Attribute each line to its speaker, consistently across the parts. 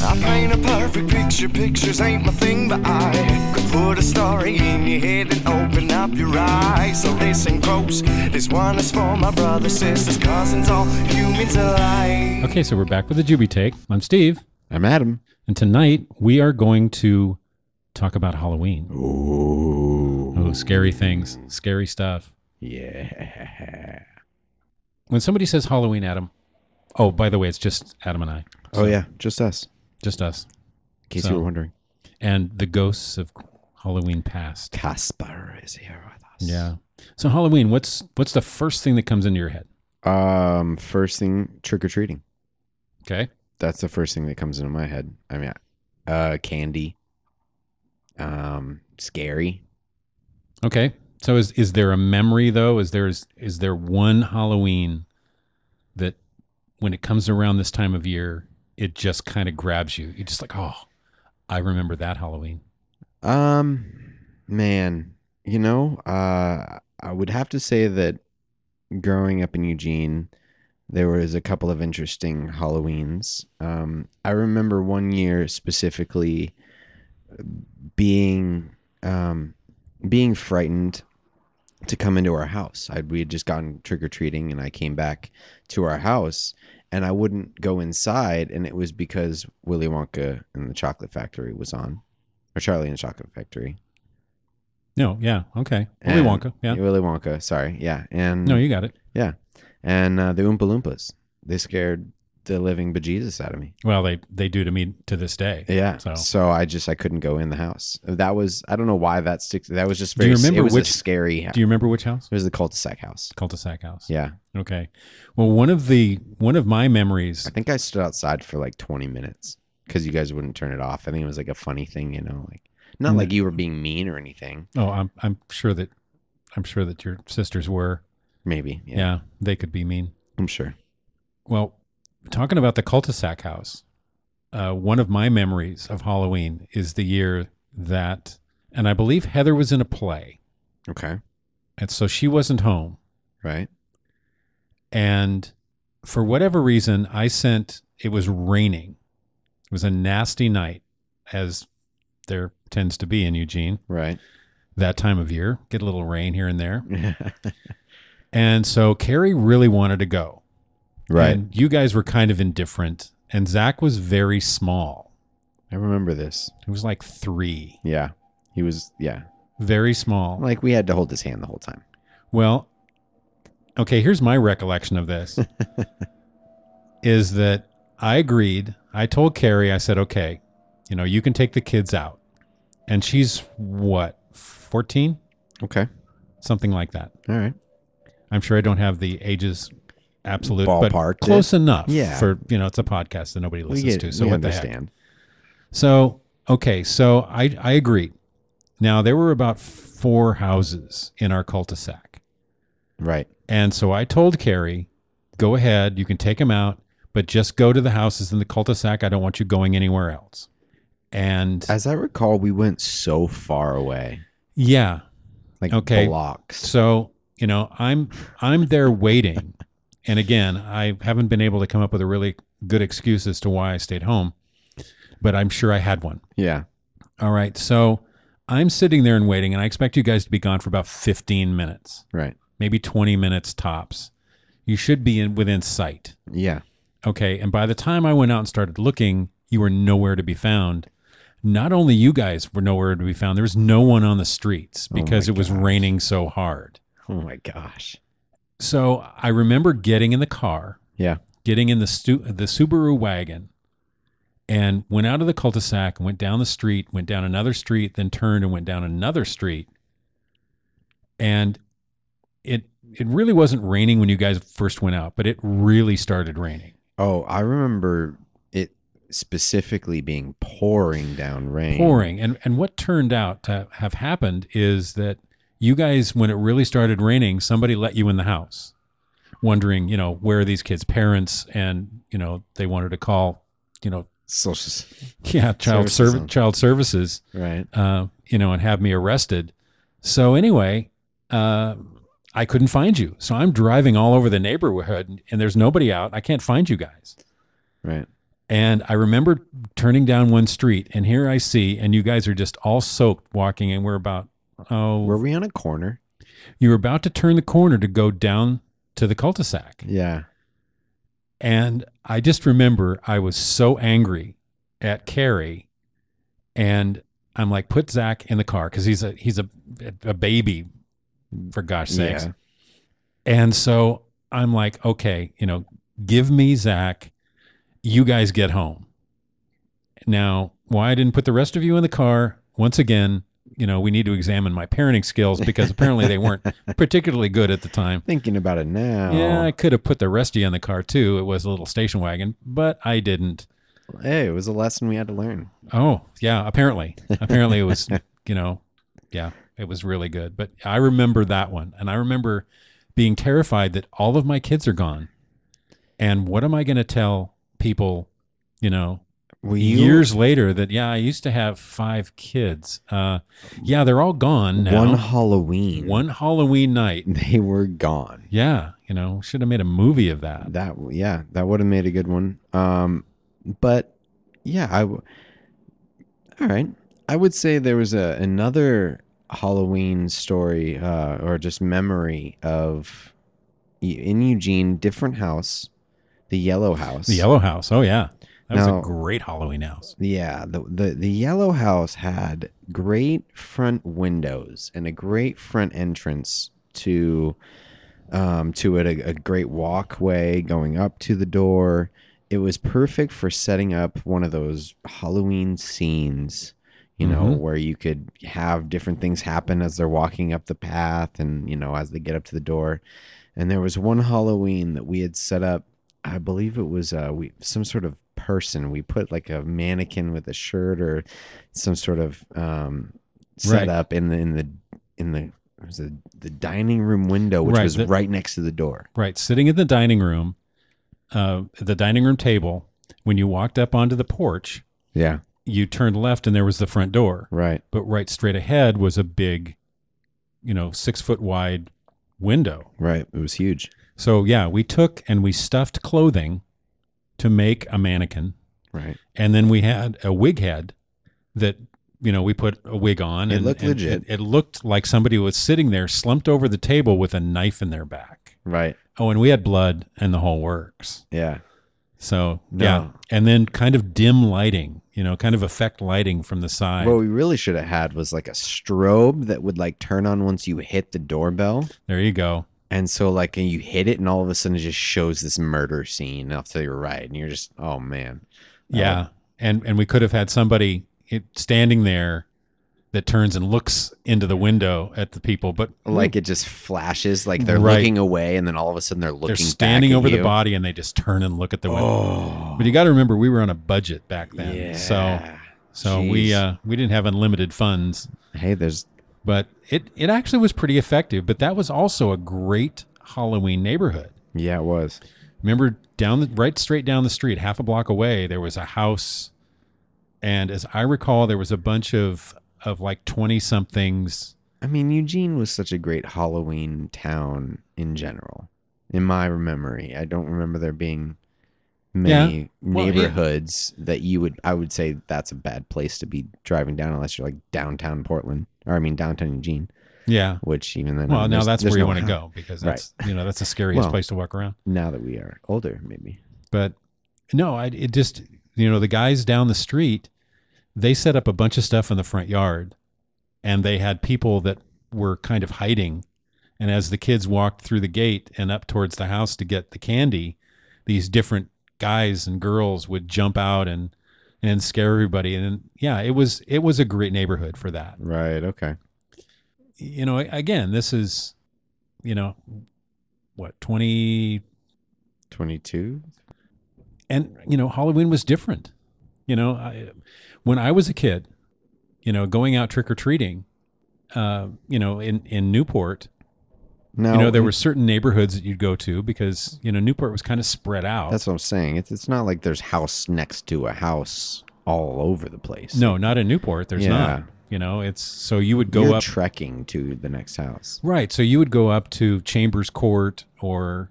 Speaker 1: I paint a perfect picture, pictures ain't my thing, but I could put a story in your head and open up your eyes. So listen close, this one is for my brothers, sisters, cousins, all humans alike.
Speaker 2: Okay, so we're back with the Juby Take. I'm Steve,
Speaker 3: I'm Adam.
Speaker 2: and tonight we are going to talk about Halloween.
Speaker 3: Ooh.
Speaker 2: Oh, scary things, scary stuff.
Speaker 3: Yeah.
Speaker 2: When somebody says Halloween, Adam, oh, by the way, it's just Adam and I,
Speaker 3: Oh yeah, just us.
Speaker 2: just us,
Speaker 3: In case
Speaker 2: So-
Speaker 3: you were wondering,
Speaker 2: and the ghosts of Halloween past.
Speaker 3: Casper is here with us.
Speaker 2: Yeah. So Halloween, what's what's the first thing that comes into your head?
Speaker 3: Um, first thing, trick or treating.
Speaker 2: Okay.
Speaker 3: That's the first thing that comes into my head. I mean, uh, candy. Um, scary.
Speaker 2: Okay. So is is there a memory though? Is there is, is there one Halloween that when it comes around this time of year, it just kind of grabs you. You're just like, oh, I remember that Halloween.
Speaker 3: Um, man, you know, uh, I would have to say that growing up in Eugene, there was a couple of interesting Halloweens. Um, I remember one year specifically uh, being um, being frightened to come into our house. I, we had just gotten trick or treating, and I came back to our house, and I wouldn't go inside, and it was because Willy Wonka and the Chocolate Factory was on, or Charlie and the Chocolate Factory.
Speaker 2: No, yeah, okay. Willy
Speaker 3: And-
Speaker 2: Wonka. Yeah.
Speaker 3: Willy Wonka. Sorry, yeah, and
Speaker 2: No, you got it.
Speaker 3: and uh, the Oompa Loompas. They scared the living bejesus out of me.
Speaker 2: Well, they they do to me to this day.
Speaker 3: Yeah.
Speaker 2: So-
Speaker 3: So, I just I couldn't go in the house. That was I don't know why that sticks. That was just
Speaker 2: Do
Speaker 3: very.
Speaker 2: you
Speaker 3: it
Speaker 2: remember
Speaker 3: was a
Speaker 2: which-
Speaker 3: scary house?
Speaker 2: Do you remember which house?
Speaker 3: it was the cul-de-sac house.
Speaker 2: Cul-de-sac house.
Speaker 3: Yeah,
Speaker 2: Okay. Well, one of the one of my memories
Speaker 3: I think I stood outside for like 20 minutes because you guys wouldn't turn it off. I think it was like a funny thing, you know, like not like you were being mean or anything.
Speaker 2: Oh, I'm I'm sure that I'm sure that your sisters were.
Speaker 3: Maybe. Yeah,
Speaker 2: Yeah, they could be mean.
Speaker 3: I'm sure.
Speaker 2: Well, talking about the cul-de-sac house, uh, one of my memories of Halloween is the year that, and I believe Heather was in a play,
Speaker 3: Okay.
Speaker 2: and so she wasn't home.
Speaker 3: Right.
Speaker 2: And for whatever reason, I sent. It was raining. It was a nasty night, as there tends to be in Eugene
Speaker 3: Right.
Speaker 2: that time of year. Get a little rain here and there, and so Carrie really wanted to go.
Speaker 3: right.
Speaker 2: And you guys were kind of indifferent, and Zach was very small.
Speaker 3: I remember this.
Speaker 2: He was like three,
Speaker 3: Yeah. He was, yeah.
Speaker 2: very small.
Speaker 3: Like we had to hold his hand the whole time.
Speaker 2: well, okay, here's my recollection of this is that I agreed. I told Carrie, I said, okay, you know, you can take the kids out. And she's what, 14?
Speaker 3: Okay.
Speaker 2: Something like that.
Speaker 3: All right.
Speaker 2: I'm sure I don't have the ages absolute
Speaker 3: Ballparked
Speaker 2: but close enough
Speaker 3: Yeah.
Speaker 2: for you know it's a podcast that nobody listens to so
Speaker 3: we
Speaker 2: what the heck
Speaker 3: understand.
Speaker 2: So okay, so I I agree. Now there were about four houses in our cul-de-sac,
Speaker 3: Right.
Speaker 2: and so I told Carrie, "Go ahead, you can take them out, but just go to the houses in the cul-de-sac. I don't want you going anywhere else." And
Speaker 3: As I recall, we went so far away.
Speaker 2: yeah,
Speaker 3: Like
Speaker 2: Okay.
Speaker 3: blocks.
Speaker 2: so you know I'm I'm there waiting, and again I haven't been able to come up with a really good excuse as to why I stayed home, but I'm sure I had one.
Speaker 3: Yeah.
Speaker 2: All right. So I'm sitting there and waiting, and I expect you guys to be gone for about 15 minutes,
Speaker 3: Right.
Speaker 2: maybe 20 minutes tops. You should be in within sight.
Speaker 3: Yeah.
Speaker 2: Okay. And by the time I went out and started looking, you were nowhere to be found. Not only you guys were nowhere to be found, there was no one on the streets
Speaker 3: Oh my
Speaker 2: because it was
Speaker 3: gosh.
Speaker 2: raining so hard.
Speaker 3: Oh my gosh.
Speaker 2: So I remember getting in the car,
Speaker 3: Yeah.
Speaker 2: getting in the stu- the Subaru wagon, and went out of the cul-de-sac and went down the street, went down another street, then turned and went down another street. And it it really wasn't raining when you guys first went out, but it really started raining,
Speaker 3: Oh, I remember it specifically being pouring down rain.
Speaker 2: pouring. And and what turned out to have happened is that you guys, when it really started raining, somebody let you in the house, wondering, you know, where are these kids' parents, and you know they wanted to call, you know,
Speaker 3: Social. s-
Speaker 2: yeah child
Speaker 3: Services
Speaker 2: serv-
Speaker 3: on-
Speaker 2: child services
Speaker 3: Right.
Speaker 2: uh, you know and have me arrested so anyway uh, i couldn't find you so i'm driving all over the neighborhood and there's nobody out i can't find you guys
Speaker 3: Right.
Speaker 2: And I remember turning down one street, and here I see, and you guys are just all soaked walking, and we're about oh,
Speaker 3: Were we on a corner?
Speaker 2: you were about to turn the corner to go down to the cul-de-sac,
Speaker 3: Yeah.
Speaker 2: and I just remember I was so angry at Carrie, and I'm like, put Zach in the car because he's a he's a a baby, for gosh sakes.
Speaker 3: Yeah.
Speaker 2: And so I'm like, okay, you know, give me Zach. You guys get home. Now, why I didn't put the rest of you in the car, once again, you know, we need to examine my parenting skills because apparently they weren't particularly good at the time.
Speaker 3: Thinking about it now.
Speaker 2: Yeah, I could have put the rest of you in the car too. It was a little station wagon, but I didn't.
Speaker 3: Hey, it was a lesson we had to learn.
Speaker 2: Oh, yeah, apparently. Apparently it was, you know, yeah, it was really good. But I remember that one. And I remember being terrified that all of my kids are gone. And what am I going to tell people, you know,
Speaker 3: Were
Speaker 2: years later that, yeah, I used to have five kids. Uh, yeah, they're all gone now.
Speaker 3: one Halloween.
Speaker 2: One Halloween night.
Speaker 3: They were gone.
Speaker 2: Yeah, you know, should have made a movie of that.
Speaker 3: That yeah, that would have made a good one. Um, but yeah, I. W- All right, I would say there was a another Halloween story uh, or just memory of in Eugene, different house, the yellow house.
Speaker 2: The Yellow House. Oh, yeah. That was
Speaker 3: Now-
Speaker 2: a great Halloween house.
Speaker 3: Yeah, the, the the yellow house had great front windows and a great front entrance to um to it a, a great walkway going up to the door. It was perfect for setting up one of those Halloween scenes, you know,
Speaker 2: Mhm.
Speaker 3: where you could have different things happen as they're walking up the path and, you know, as they get up to the door. And there was one Halloween that we had set up I believe it was uh, we some sort of person. We put like a mannequin with a shirt or some sort of um,
Speaker 2: Right.
Speaker 3: setup in the in the in the it was the, the dining room window, which
Speaker 2: Right,
Speaker 3: was
Speaker 2: the-
Speaker 3: right next to the door.
Speaker 2: Right, sitting in the dining room, uh, the dining room table. When you walked up onto the porch,
Speaker 3: Yeah,
Speaker 2: you turned left, and there was the front door.
Speaker 3: right.
Speaker 2: But right straight ahead was a big, you know, six foot wide window.
Speaker 3: Right. It was huge.
Speaker 2: So yeah, we took and we stuffed clothing to make a mannequin,
Speaker 3: Right.
Speaker 2: and then we had a wig head that you know we put a wig on.
Speaker 3: It
Speaker 2: and,
Speaker 3: looked
Speaker 2: and
Speaker 3: legit.
Speaker 2: It, it looked like somebody was sitting there, slumped over the table with a knife in their back.
Speaker 3: Right.
Speaker 2: Oh, and we had blood and the whole works.
Speaker 3: Yeah.
Speaker 2: So
Speaker 3: No.
Speaker 2: yeah, and then kind of dim lighting, you know, kind of effect lighting from the side.
Speaker 3: What we really should have had was like a strobe that would like turn on once you hit the doorbell.
Speaker 2: there you go.
Speaker 3: And so like you hit it and all of a sudden it just shows this murder scene off to your right and you're just oh man.
Speaker 2: Yeah, and and we could have had somebody it, standing there that turns and looks into the window at the people, but
Speaker 3: like it just flashes like they're
Speaker 2: Right.
Speaker 3: looking away and then all of a sudden they're looking
Speaker 2: they're standing
Speaker 3: back at
Speaker 2: over the
Speaker 3: you.
Speaker 2: body and they just turn and look at the window.
Speaker 3: oh
Speaker 2: But you got to remember, we were on a budget back then,
Speaker 3: yeah.
Speaker 2: so so we
Speaker 3: Jeez.
Speaker 2: uh, we didn't have unlimited funds.
Speaker 3: hey there's
Speaker 2: But it it actually was pretty effective. But that was also a great Halloween neighborhood.
Speaker 3: yeah it was
Speaker 2: remember down the right straight down the street half a block away there was a house and as i recall there was a bunch of of like 20 somethings
Speaker 3: i mean eugene was such a great halloween town in general in my memory i don't remember there being many
Speaker 2: Well, yeah.
Speaker 3: neighborhoods that you would i would say that's a bad place to be driving down unless you're like downtown portland or i mean downtown eugene
Speaker 2: yeah
Speaker 3: which even then I
Speaker 2: well
Speaker 3: mean,
Speaker 2: now
Speaker 3: there's-
Speaker 2: that's
Speaker 3: there's
Speaker 2: where you
Speaker 3: no
Speaker 2: want to
Speaker 3: house.
Speaker 2: go because that's you know that's the scariest
Speaker 3: Well-
Speaker 2: place to walk around
Speaker 3: now that we are older maybe
Speaker 2: but no i it just you know the guys down the street they set up a bunch of stuff in the front yard and they had people that were kind of hiding and as the kids walked through the gate and up towards the house to get the candy these different guys and girls would jump out and and scare everybody and then, yeah it was it was a great neighborhood for that
Speaker 3: right okay
Speaker 2: you know again this is you know what 20
Speaker 3: 22
Speaker 2: and you know halloween was different you know I, when i was a kid you know going out trick-or-treating uh, you know in in newport
Speaker 3: No,
Speaker 2: you know there
Speaker 3: it-
Speaker 2: were certain neighborhoods that you'd go to because you know newport was kind of spread out
Speaker 3: That's what I'm saying. It's it's not like there's house next to a house all over the place.
Speaker 2: no not in newport there's
Speaker 3: Yeah.
Speaker 2: not you know it's so you would go
Speaker 3: you're
Speaker 2: up
Speaker 3: trekking to the next house.
Speaker 2: right so you would go up to chambers court or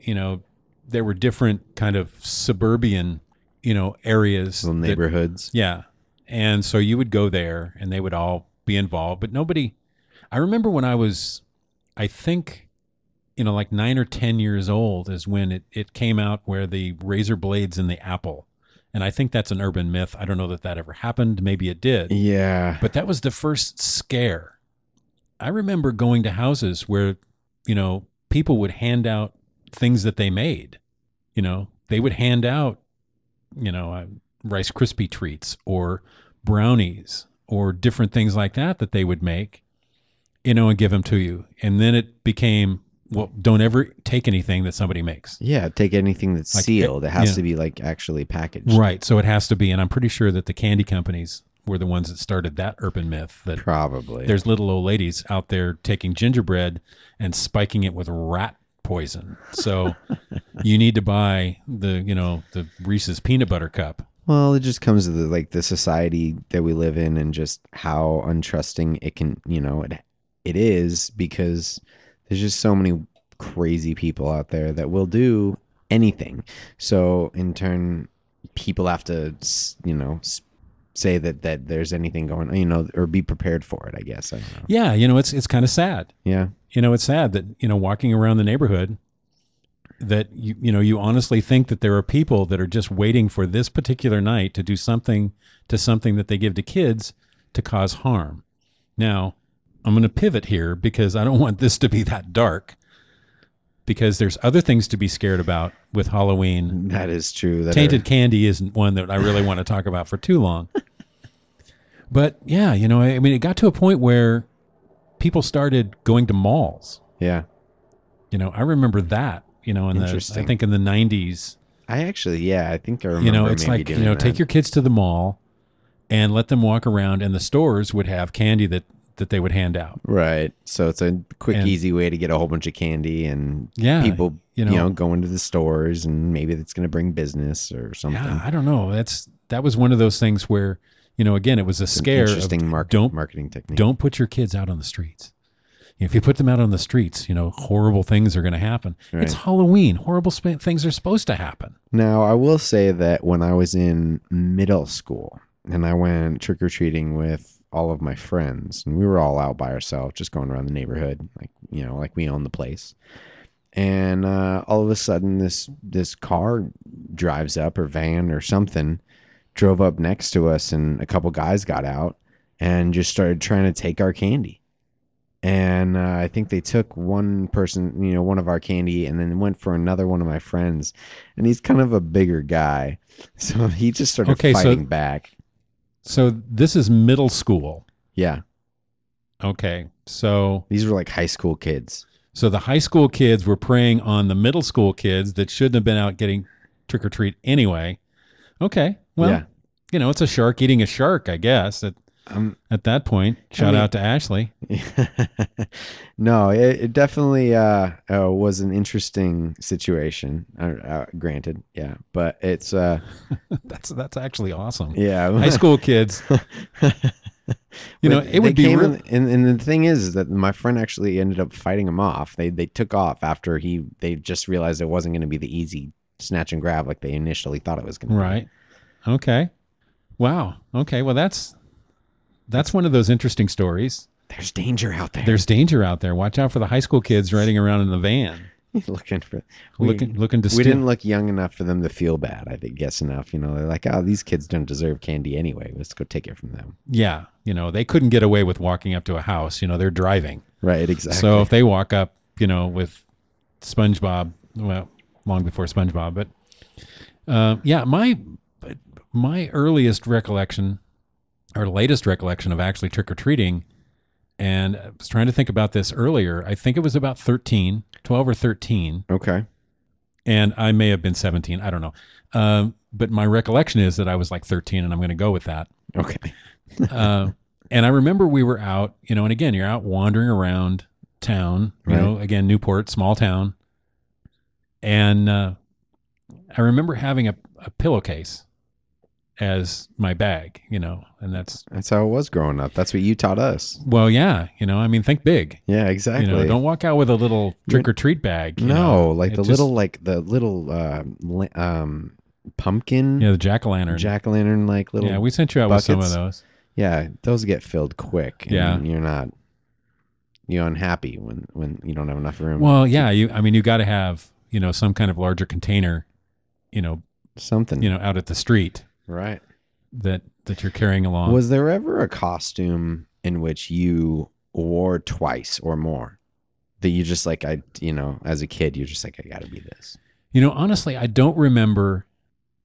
Speaker 2: you know there were different kind of suburban you know, areas.
Speaker 3: Little
Speaker 2: that-
Speaker 3: neighborhoods.
Speaker 2: yeah. And so you would go there and they would all be involved, but nobody I remember when I was I think you know like 9 or 10 years old is when it it came out where the razor blades in the apple. And I think that's an urban myth. I don't know that that ever happened, maybe it did.
Speaker 3: Yeah.
Speaker 2: But that was the first scare. I remember going to houses where, you know, people would hand out things that they made. You know, they would hand out, you know, uh, Rice Krispie treats or brownies or different things like that that they would make, you know, and give them to you. And then it became, well, don't ever take anything that somebody makes.
Speaker 3: Yeah. Take anything that's
Speaker 2: Like,
Speaker 3: sealed. It has
Speaker 2: yeah.
Speaker 3: to be like actually packaged.
Speaker 2: Right. So it has to be. And I'm pretty sure that the candy companies were the ones that started that urban myth that
Speaker 3: Probably.
Speaker 2: there's little old ladies out there taking gingerbread and spiking it with rat poison. So you need to buy the, you know, the Reese's peanut butter cup.
Speaker 3: Well, it just comes to the like the society that we live in and just how untrusting it can, you know, it it is because there's just so many crazy people out there that will do anything. So, in turn, people have to, s- you know, s- say that that there's anything going, you know, or be prepared for it, I guess. I don't know.
Speaker 2: Yeah, you know, it's it's kind of sad.
Speaker 3: Yeah.
Speaker 2: You know, it's sad that, you know, walking around the neighborhood that you you know, you honestly think that there are people that are just waiting for this particular night to do something to something that they give to kids to cause harm. Now, I'm going to pivot here because I don't want this to be that dark. Because there's other things to be scared about with Halloween.
Speaker 3: That is true. That
Speaker 2: Tainted candy isn't one that I really want to talk about for too long. But yeah, you know, I I mean, it got to a point where people started going to malls.
Speaker 3: Are, yeah.
Speaker 2: You know, I remember that. You know, in the I
Speaker 3: Interesting.
Speaker 2: think in the '90s,
Speaker 3: I actually, yeah, I think I remember.
Speaker 2: you know, it's
Speaker 3: maybe
Speaker 2: like you
Speaker 3: doing
Speaker 2: know,
Speaker 3: that.
Speaker 2: take your kids to the mall and let them walk around, and the stores would have candy that that they would hand out.
Speaker 3: Right. So it's a quick,
Speaker 2: And-
Speaker 3: easy way to get a whole bunch of candy and
Speaker 2: Yeah,
Speaker 3: people,
Speaker 2: you
Speaker 3: you
Speaker 2: know.
Speaker 3: know, going to the stores and maybe that's going to bring business or something.
Speaker 2: Yeah, I don't know. That's that was one of those things where you know, again, it was a scare. of
Speaker 3: Interesting market,
Speaker 2: don't
Speaker 3: marketing technique.
Speaker 2: don't put your kids out on the streets. If you put them out on the streets, you know, horrible things are going to happen. It's Halloween. Horrible sp- things are supposed to happen.
Speaker 3: Now, I will say that when I was in middle school and I went trick or treating with all of my friends, and we were all out by ourselves, just going around the neighborhood, like you know, like we own the place. And uh, all of a sudden, this this car drives up or van or something, drove up next to us, and a couple guys got out and just started trying to take our candy. And uh, I think they took one person, you know, one of our candy, and then went for another one of my friends. And he's kind of a bigger guy, so he just started
Speaker 2: Okay, so-
Speaker 3: fighting back.
Speaker 2: So this is middle school.
Speaker 3: Yeah,
Speaker 2: Okay. So
Speaker 3: these were like high school kids.
Speaker 2: so the high school kids were preying on the middle school kids that shouldn't have been out getting trick or treat anyway. Okay. Well,
Speaker 3: Yeah.
Speaker 2: you know, it's a shark eating a shark, I guess. At,
Speaker 3: Um,
Speaker 2: at that point, shout
Speaker 3: mean-
Speaker 2: out to Ashley.
Speaker 3: no, it, it definitely uh, uh, was an interesting situation. Uh, uh, granted, yeah, but it's uh,
Speaker 2: That's that's actually awesome.
Speaker 3: yeah,
Speaker 2: High school kids. you know,
Speaker 3: But
Speaker 2: it would
Speaker 3: they
Speaker 2: be
Speaker 3: came
Speaker 2: real,
Speaker 3: in- and, and the thing is that my friend actually ended up fighting him off. They they took off after he they just realized it wasn't going to be the easy snatch and grab like they initially thought it was going to be.
Speaker 2: right. Okay. Wow. Okay. Well, that's that's one of those interesting stories.
Speaker 3: There's danger out there.
Speaker 2: There's danger out there. Watch out for the high school kids riding around in the van,
Speaker 3: looking for
Speaker 2: looking looking to
Speaker 3: we
Speaker 2: steal.
Speaker 3: didn't look young enough for them to feel bad. I think guess enough. You know, they're like, oh, these kids don't deserve candy anyway. Let's go take it from them.
Speaker 2: yeah, you know, they couldn't get away with walking up to a house. You know, they're driving.
Speaker 3: Right. Exactly.
Speaker 2: So if they walk up, you know, with SpongeBob, well, long before SpongeBob, but uh, yeah, my but my earliest recollection or latest recollection of actually trick or treating, and I was trying to think about this earlier. I think it was about 13, 12 or thirteen,
Speaker 3: okay.
Speaker 2: and I may have been seventeen. I don't know, um, but my recollection is that I was like thirteen, and I'm going to go with that.
Speaker 3: Okay.
Speaker 2: Uh, and I remember we were out, you know, and again, you're out wandering around town, you know, again, Newport, small town. And uh, I remember having a, a pillowcase as my bag, you know, and that's,
Speaker 3: That's how it was growing up. That's what you taught us.
Speaker 2: well, yeah, you know, I mean, think big.
Speaker 3: Yeah. Exactly.
Speaker 2: You know, don't walk out with a little trick or treat bag. you
Speaker 3: no,
Speaker 2: know.
Speaker 3: like
Speaker 2: It
Speaker 3: the
Speaker 2: just-
Speaker 3: little, like the little, uh, li- um, pumpkin
Speaker 2: Yeah, the jack o' lantern.
Speaker 3: jack o' lantern like little
Speaker 2: Yeah, we sent you out with some of
Speaker 3: buckets.
Speaker 2: those.
Speaker 3: Yeah, those get filled quick. And
Speaker 2: Yeah.
Speaker 3: you're not you're unhappy when when you don't have enough room.
Speaker 2: Well, yeah, you. I mean, you got to have you know some kind of larger container, you know,
Speaker 3: something
Speaker 2: you know, out at the street
Speaker 3: right.
Speaker 2: that that you're carrying along.
Speaker 3: Was there ever a costume in which you wore twice or more that you just like I you know as a kid you're just like I got to be this.
Speaker 2: you know, honestly, I don't remember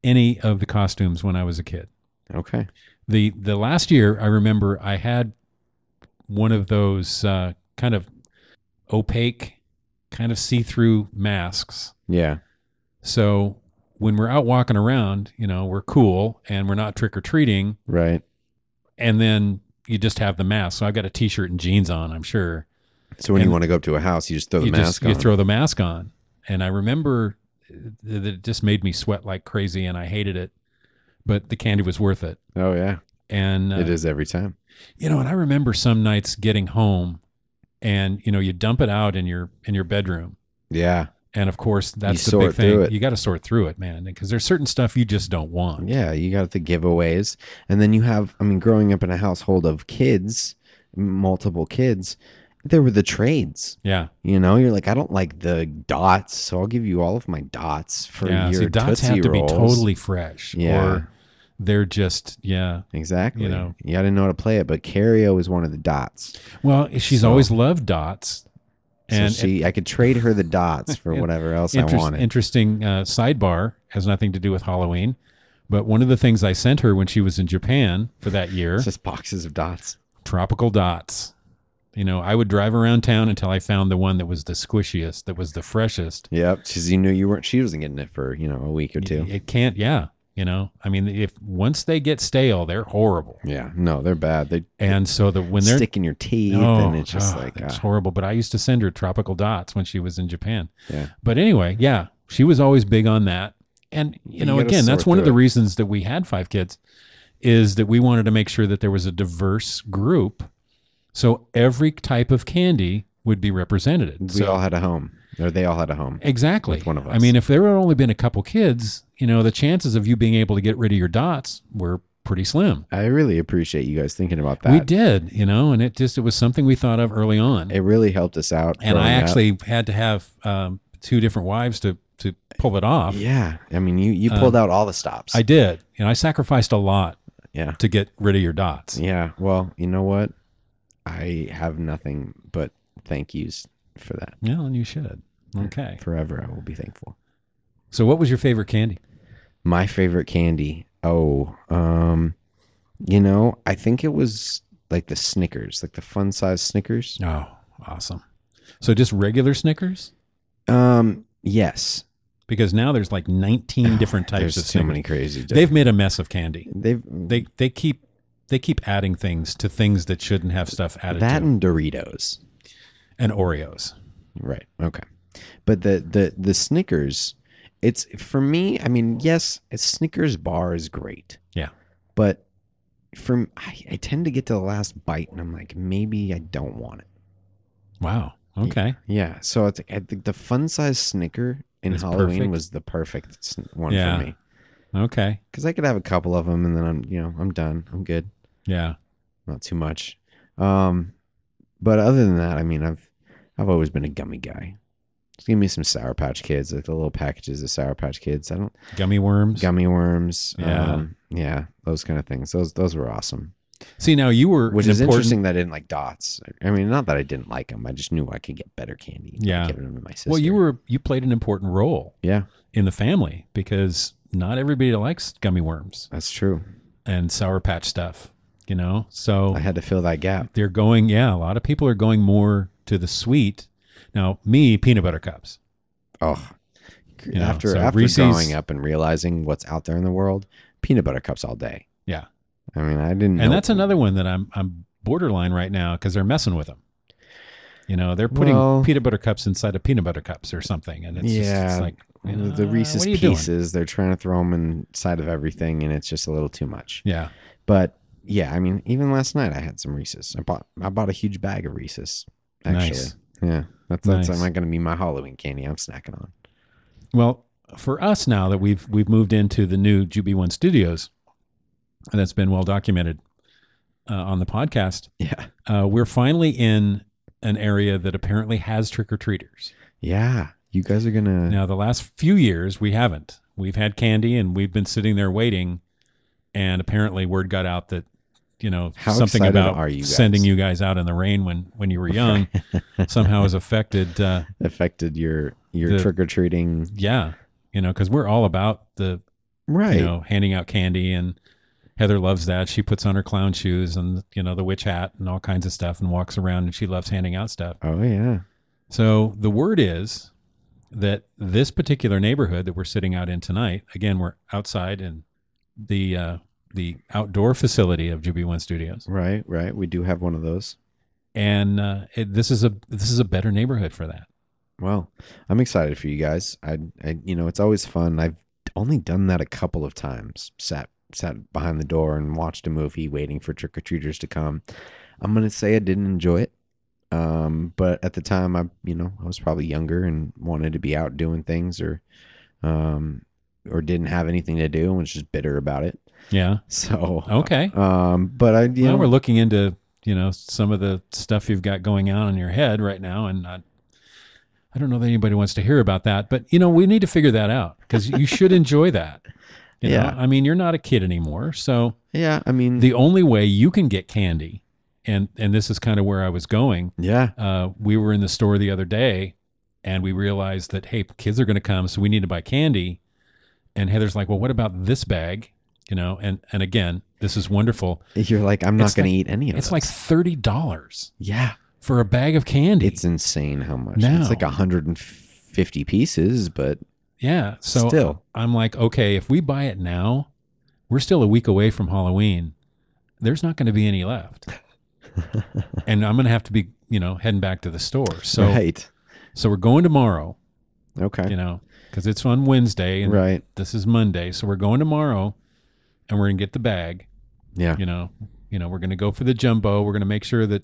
Speaker 2: any of the costumes when I was a kid.
Speaker 3: Okay.
Speaker 2: the the last year I remember I had one of those uh, kind of opaque, kind of see through masks.
Speaker 3: Yeah.
Speaker 2: So when we're out walking around, you know, we're cool and we're not trick or treating,
Speaker 3: Right.
Speaker 2: and then you just have the mask. So I've got a t-shirt and jeans on. I'm sure
Speaker 3: So when you
Speaker 2: And-
Speaker 3: want to go up to a house, you just throw the
Speaker 2: you
Speaker 3: mask
Speaker 2: just
Speaker 3: on.
Speaker 2: you throw the mask on, and I remember th- that it just made me sweat like crazy, and I hated it, but the candy was worth it.
Speaker 3: oh yeah,
Speaker 2: And uh,
Speaker 3: it is every time.
Speaker 2: You know, and I remember some nights getting home and you know, you dump it out in your in your bedroom.
Speaker 3: Yeah.
Speaker 2: And of course, that's the
Speaker 3: sort
Speaker 2: big thing.
Speaker 3: through it.
Speaker 2: You got to sort through it, man, because there's certain stuff you just don't want.
Speaker 3: Yeah, you got the giveaways. And then you have, I mean, growing up in a household of kids, m- multiple kids, there were the trades.
Speaker 2: Yeah.
Speaker 3: You know, you're like, I don't like the dots, so I'll give you all of my dots for
Speaker 2: yeah.
Speaker 3: your
Speaker 2: See, dots
Speaker 3: Tootsie
Speaker 2: have to
Speaker 3: Rolls.
Speaker 2: be totally fresh
Speaker 3: Yeah.
Speaker 2: or they're just yeah.
Speaker 3: Exactly. You,
Speaker 2: know.
Speaker 3: got to know how to play it, but Cario was one of the dots.
Speaker 2: Well, she's
Speaker 3: So-
Speaker 2: always loved dots. And
Speaker 3: so she, I could trade her the dots for
Speaker 2: It-
Speaker 3: whatever else I
Speaker 2: interest-
Speaker 3: wanted.
Speaker 2: interesting uh, sidebar has nothing to do with Halloween, but one of the things I sent her when she was in Japan for that year
Speaker 3: It's just boxes of dots.
Speaker 2: tropical dots. You know, I would drive around town until I found the one that was the squishiest, that was the freshest.
Speaker 3: Yep. Because you knew you weren't, she wasn't getting it for, you know, a week or two.
Speaker 2: It can't, yeah. You know, I mean, if once they get stale, they're horrible.
Speaker 3: Yeah. No, they're bad. They
Speaker 2: And so the when they're
Speaker 3: stick in your teeth,
Speaker 2: oh,
Speaker 3: and it's just
Speaker 2: oh,
Speaker 3: like,
Speaker 2: it's
Speaker 3: ah.
Speaker 2: horrible. But I used to send her tropical dots when she was in Japan.
Speaker 3: Yeah.
Speaker 2: But anyway, yeah, she was always big on that. And you
Speaker 3: You
Speaker 2: know,
Speaker 3: gotta
Speaker 2: again, that's
Speaker 3: sort
Speaker 2: one of the
Speaker 3: through it.
Speaker 2: reasons that we had five kids is that we wanted to make sure that there was a diverse group, so every type of candy would be represented.
Speaker 3: We
Speaker 2: so,
Speaker 3: all had a home, or they all had a home.
Speaker 2: Exactly.
Speaker 3: with one of
Speaker 2: I
Speaker 3: us.
Speaker 2: mean, if there had only been a couple kids, you know, the chances of you being able to get rid of your dots were pretty slim.
Speaker 3: I really appreciate you guys thinking about that.
Speaker 2: We did, you know, and it just it was something we thought of early on.
Speaker 3: It really helped us out.
Speaker 2: and I
Speaker 3: growing up.
Speaker 2: actually had to have um, two different wives to to pull it off. Uh,
Speaker 3: yeah, I mean, you you pulled out all the stops.
Speaker 2: I did. You know, I sacrificed a lot
Speaker 3: yeah,
Speaker 2: to get rid of your dots.
Speaker 3: yeah. Well, you know what? I have nothing but thank yous for that.
Speaker 2: Yeah, and you should. Okay.
Speaker 3: Forever, I will be thankful.
Speaker 2: So, what was your favorite candy?
Speaker 3: My favorite candy. Oh, um, you know, I think it was like the Snickers, like the fun size Snickers.
Speaker 2: Oh, awesome. So, just regular Snickers,
Speaker 3: Um, yes.
Speaker 2: because now there's like 19 different types
Speaker 3: There's
Speaker 2: of
Speaker 3: too
Speaker 2: Snickers.
Speaker 3: many crazy.
Speaker 2: They've made a mess of candy.
Speaker 3: they've
Speaker 2: they they keep they keep adding things to things that shouldn't have stuff added
Speaker 3: that
Speaker 2: to
Speaker 3: and Doritos.
Speaker 2: and Oreos.
Speaker 3: Right. Okay. But the the the Snickers, it's for me. I mean, yes, a Snickers bar is great.
Speaker 2: Yeah.
Speaker 3: But from I, I tend to get to the last bite, and I'm like, maybe I don't want it.
Speaker 2: Wow. Okay.
Speaker 3: Yeah. So I think I think the fun size Snicker in
Speaker 2: It's
Speaker 3: Halloween
Speaker 2: perfect.
Speaker 3: was the perfect sn- one
Speaker 2: Yeah.
Speaker 3: for me
Speaker 2: Okay.
Speaker 3: because I could have a couple of them, and then I'm you know I'm done. I'm good.
Speaker 2: Yeah.
Speaker 3: Not too much. Um, but other than that, I mean, I've I've always been a gummy guy. Just give me some Sour Patch Kids, like the little packages of Sour Patch Kids. I don't
Speaker 2: Gummy worms.
Speaker 3: gummy worms.
Speaker 2: Yeah.
Speaker 3: um, yeah, those kind of things. Those those were awesome.
Speaker 2: See now you were
Speaker 3: Which
Speaker 2: an
Speaker 3: is
Speaker 2: important-
Speaker 3: interesting that I didn't like dots. I mean, not that I didn't like them. I just knew I could get better candy. by
Speaker 2: Yeah.
Speaker 3: giving them to my sister.
Speaker 2: Well, you were you played an important role
Speaker 3: Yeah,
Speaker 2: in the family because not everybody likes gummy worms
Speaker 3: that's true.
Speaker 2: and sour patch stuff, you know. So
Speaker 3: I had to fill that gap.
Speaker 2: they're going, yeah, a lot of people are going more to the sweet. Now, me peanut butter cups.
Speaker 3: Oh,
Speaker 2: know,
Speaker 3: after
Speaker 2: so
Speaker 3: after
Speaker 2: Reese's-
Speaker 3: growing up and realizing what's out there in the world, peanut butter cups all day.
Speaker 2: Yeah.
Speaker 3: I mean, I didn't.
Speaker 2: And
Speaker 3: know-
Speaker 2: that's another one that I'm I'm borderline right now because they're messing with them. You know, they're putting
Speaker 3: Well-
Speaker 2: peanut butter cups inside of peanut butter cups or something, and it's just
Speaker 3: Yeah.
Speaker 2: it's like you
Speaker 3: The-
Speaker 2: know,
Speaker 3: the Reese's
Speaker 2: uh, what are you doing?
Speaker 3: pieces, they're trying to throw them inside of everything, and it's just a little too much.
Speaker 2: Yeah,
Speaker 3: But yeah, I mean, even last night I had some Reese's. I bought I bought a huge bag of Reese's. Actually,
Speaker 2: Nice.
Speaker 3: yeah, that's that's
Speaker 2: Nice.
Speaker 3: not going to be my Halloween candy. I'm snacking on.
Speaker 2: well, for us now that we've we've moved into the new Jubi One Studios, and that's been well documented uh, on the podcast.
Speaker 3: Yeah.
Speaker 2: Uh, we're finally in an area that apparently has trick or treaters.
Speaker 3: Yeah. You guys are gonna
Speaker 2: Now, the last few years, we haven't. We've had candy and we've been sitting there waiting. And apparently, word got out that, you know,
Speaker 3: How
Speaker 2: something
Speaker 3: excited
Speaker 2: about
Speaker 3: are you guys?
Speaker 2: sending you guys out in the rain when, when you were young somehow has affected, uh,
Speaker 3: affected your your
Speaker 2: The-
Speaker 3: trick or treating.
Speaker 2: yeah, you know, because we're all about the,
Speaker 3: Right.
Speaker 2: you know, handing out candy. And Heather loves that. She puts on her clown shoes and, you know, the witch hat and all kinds of stuff and walks around and she loves handing out stuff.
Speaker 3: Oh yeah.
Speaker 2: So the word is that this particular neighborhood that we're sitting out in tonight, again, we're outside in the uh, the outdoor facility of Juby One Studios,
Speaker 3: Right. Right. We do have one of those.
Speaker 2: and uh, it, this is a this is a better neighborhood for that.
Speaker 3: Well, I'm excited for you guys. I, I, you know, it's always fun. I've only done that a couple of times. Sat sat behind the door and watched a movie, waiting for trick or treaters to come. I'm gonna say I didn't enjoy it. Um, but at the time, I, you know, I was probably younger and wanted to be out doing things, or, um, or didn't have anything to do and was just bitter about it.
Speaker 2: Yeah.
Speaker 3: So
Speaker 2: Okay.
Speaker 3: Um, but I, you
Speaker 2: well,
Speaker 3: know,
Speaker 2: we're looking into you know some of the stuff you've got going on in your head right now, and I, I don't know that anybody wants to hear about that, but you know we need to figure that out because you should enjoy that. You
Speaker 3: Yeah.
Speaker 2: Know? I mean, you're not a kid anymore, so.
Speaker 3: yeah. I mean,
Speaker 2: the only way you can get candy and and this is kind of where i was going
Speaker 3: yeah,
Speaker 2: uh, we were in the store the other day and we realized that hey kids are going to come so we need to buy candy and heather's like well what about this bag you know and and again this is wonderful
Speaker 3: you're like, I'm not
Speaker 2: It's
Speaker 3: gonna
Speaker 2: like-
Speaker 3: eat any of
Speaker 2: it's
Speaker 3: those.
Speaker 2: like $30
Speaker 3: yeah.
Speaker 2: for a bag of candy
Speaker 3: It's insane how much.
Speaker 2: Now.
Speaker 3: It's like 150 pieces, but
Speaker 2: yeah so
Speaker 3: still.
Speaker 2: i'm like okay if we buy it now we're still a week away from halloween there's not going to be any left and i'm going to have to be you know heading back to the store so
Speaker 3: right.
Speaker 2: So we're going tomorrow,
Speaker 3: Okay.
Speaker 2: you know, because it's on Wednesday and
Speaker 3: right.
Speaker 2: this is Monday. So we're going tomorrow, and we're gonna get the bag.
Speaker 3: Yeah.
Speaker 2: You know, you know, we're gonna go for the jumbo. We're gonna make sure that,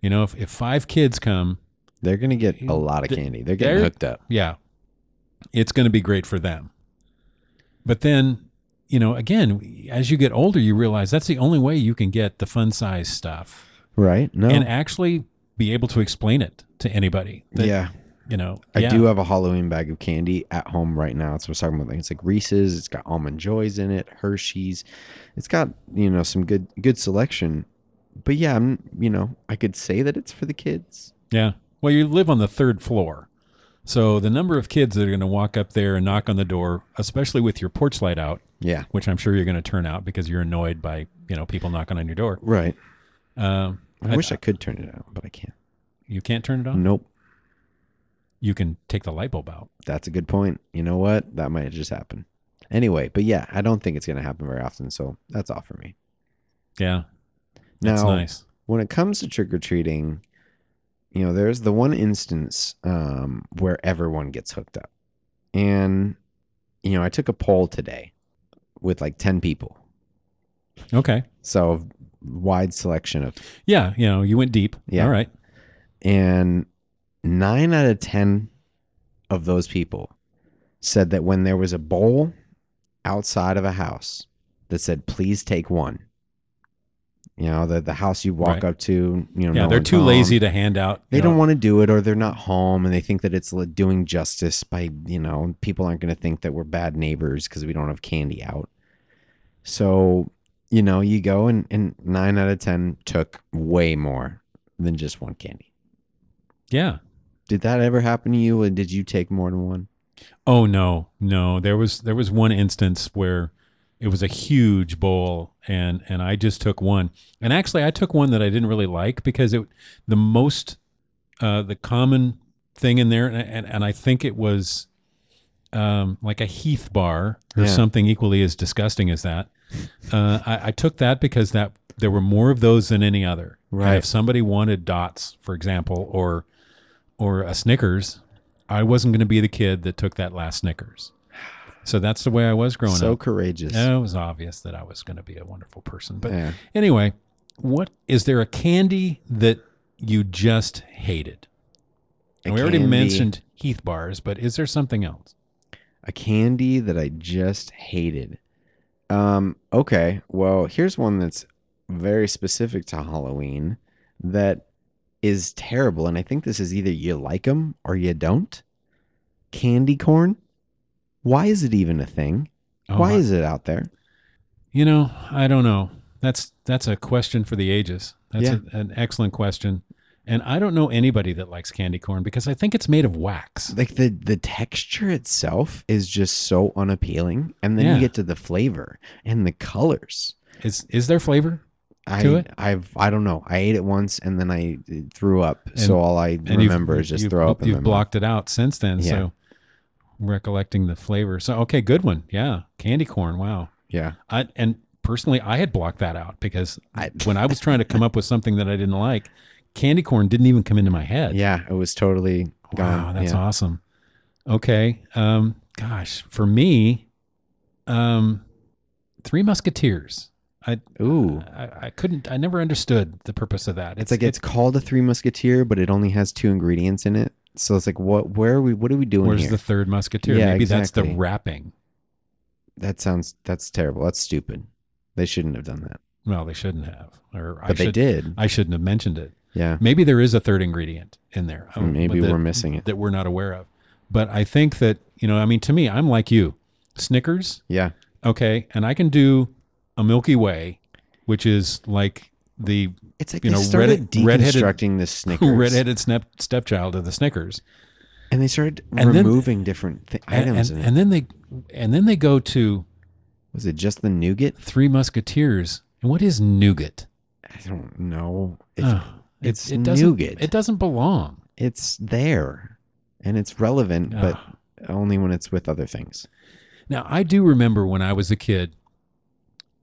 Speaker 2: you know, if, if five kids come,
Speaker 3: They're going to get a lot of
Speaker 2: Th-
Speaker 3: candy. They're getting
Speaker 2: they're-
Speaker 3: hooked up.
Speaker 2: yeah, it's gonna be great for them. But then, you know, again, as you get older, you realize that's the only way you can get the fun size stuff
Speaker 3: Right. No.
Speaker 2: and actually be able to explain it to anybody. That,
Speaker 3: yeah.
Speaker 2: you know,
Speaker 3: I
Speaker 2: yeah,
Speaker 3: do have a Halloween bag of candy at home right now. That's what I was talking about. Like, It's like Reese's. It's got almond joys in it. Hershey's. It's got you know some good good selection. But yeah, I'm you know I could say that it's for the kids.
Speaker 2: Yeah. Well, you live on the third floor. So the number of kids that are going to walk up there and knock on the door, especially with your porch light out,
Speaker 3: Yeah.
Speaker 2: which I'm sure you're going to turn out because you're annoyed by, you know, people knocking on your door.
Speaker 3: Right.
Speaker 2: Um,
Speaker 3: I, wish I Mm. could turn it out, but I can't.
Speaker 2: you can't turn it on.
Speaker 3: Nope.
Speaker 2: You can take the light bulb out.
Speaker 3: That's a good point. You know what? That might just happen. Anyway, but yeah, I don't think it's going to happen very often. So that's all for me.
Speaker 2: Yeah. That's
Speaker 3: Now,
Speaker 2: nice.
Speaker 3: when it comes to trick or treating, you know, there's the one instance um, where everyone gets hooked up. And, you know, I took a poll today with like 10 people.
Speaker 2: Okay.
Speaker 3: So wide selection of,
Speaker 2: Yeah. You know, you went deep.
Speaker 3: Yeah.
Speaker 2: All right.
Speaker 3: and nine out of 10 of those people said that when there was a bowl outside of a house that said, please take one. You know, the, the house you walk
Speaker 2: Right.
Speaker 3: up to, you know,
Speaker 2: Yeah.
Speaker 3: no
Speaker 2: they're
Speaker 3: one's
Speaker 2: too
Speaker 3: home.
Speaker 2: lazy to hand out.
Speaker 3: they
Speaker 2: you know,
Speaker 3: don't want to do it or they're not home and they think that it's like, doing justice by you know people aren't going to think that we're bad neighbors because we don't have candy out so you know you go and, and nine out of ten took way more than just one candy
Speaker 2: Yeah.
Speaker 3: did that ever happen to you and did you take more than one
Speaker 2: Oh no, no. There was there was one instance where it was a huge bowl and and I just took one. And actually I took one that I didn't really like because it the most uh the common thing in there and and, and I think it was um like a Heath bar or
Speaker 3: Yeah.
Speaker 2: something equally as disgusting as that. Uh I, I took that because that there were more of those than any other. And
Speaker 3: Right.
Speaker 2: if somebody wanted dots, for example, or or a Snickers, I wasn't going to be the kid that took that last Snickers. So that's the way I was growing
Speaker 3: so
Speaker 2: up.
Speaker 3: courageous
Speaker 2: And it was obvious that I was going to be a wonderful person. But
Speaker 3: yeah
Speaker 2: anyway, what is there a candy that you just hated?
Speaker 3: A
Speaker 2: And we already
Speaker 3: candy-
Speaker 2: mentioned Heath bars, but is there something else?
Speaker 3: a candy that I just hated. Um, okay, well, here's one that's very specific to Halloween that is terrible. And I think this is either you like them or you don't. Candy corn? Why is it even a thing?
Speaker 2: Oh,
Speaker 3: Why
Speaker 2: I-
Speaker 3: is it out there?
Speaker 2: You know, I don't know. That's that's a question for the ages. That's
Speaker 3: Yeah.
Speaker 2: a, an excellent question. And I don't know anybody that likes candy corn because I think it's made of wax.
Speaker 3: Like the the texture itself is just so unappealing, and then
Speaker 2: Yeah.
Speaker 3: you get to the flavor and the colors.
Speaker 2: Is is there flavor?
Speaker 3: I
Speaker 2: To it?
Speaker 3: I've I don't know. I ate it once and then I uh, threw up.
Speaker 2: And-
Speaker 3: so all I
Speaker 2: And you've-
Speaker 3: remember is just
Speaker 2: you've-
Speaker 3: throw up. in
Speaker 2: You've
Speaker 3: my mouth.
Speaker 2: blocked it out since then.
Speaker 3: Yeah.
Speaker 2: So recollecting the flavor. So okay, good one. Yeah, candy corn. Wow.
Speaker 3: Yeah.
Speaker 2: I and personally, I had blocked that out because
Speaker 3: I-
Speaker 2: when I was trying to come up with something that I didn't like, candy corn didn't even come into my head.
Speaker 3: Yeah. It was totally gone.
Speaker 2: Wow, that's
Speaker 3: yeah.
Speaker 2: awesome. Okay. Um, gosh, for me, um, Three Musketeers. I,
Speaker 3: Ooh.
Speaker 2: I I couldn't. I never understood the purpose of that.
Speaker 3: It's like it's called a Three Musketeer, but it only has two ingredients in it. So it's like, what? Where are we? What are we doing
Speaker 2: where's
Speaker 3: here?
Speaker 2: the third Musketeer?
Speaker 3: Yeah,
Speaker 2: Maybe that's the
Speaker 3: exactly.
Speaker 2: wrapping.
Speaker 3: that sounds. That's terrible. That's stupid. They shouldn't have done that,
Speaker 2: Well, they shouldn't have, or I
Speaker 3: but they
Speaker 2: should-
Speaker 3: did.
Speaker 2: I shouldn't have mentioned it.
Speaker 3: yeah.
Speaker 2: Maybe there is a third ingredient in there. um,
Speaker 3: Maybe
Speaker 2: but that-
Speaker 3: we're missing it.
Speaker 2: that we're not aware of. But I think that you know, I mean, to me, I'm like you, Snickers.
Speaker 3: Yeah.
Speaker 2: Okay, and I can do a Milky Way, which is like the
Speaker 3: It's like
Speaker 2: You
Speaker 3: they
Speaker 2: know,
Speaker 3: started
Speaker 2: redheaded- redheaded-
Speaker 3: deconstructing the Snickers,
Speaker 2: redheaded snap, stepchild of the Snickers,
Speaker 3: and they started
Speaker 2: And then-
Speaker 3: removing different th-
Speaker 2: and,
Speaker 3: items.
Speaker 2: and,
Speaker 3: in it.
Speaker 2: and then they and then they go to
Speaker 3: was it just the nougat?
Speaker 2: Three Musketeers. And what is nougat?
Speaker 3: I don't know. It,
Speaker 2: Ugh, it-
Speaker 3: it's
Speaker 2: it doesn't,
Speaker 3: nougat.
Speaker 2: It doesn't belong.
Speaker 3: it's there, and it's relevant,
Speaker 2: Ugh.
Speaker 3: but only when it's with other things.
Speaker 2: Now, I do remember when I was a kid,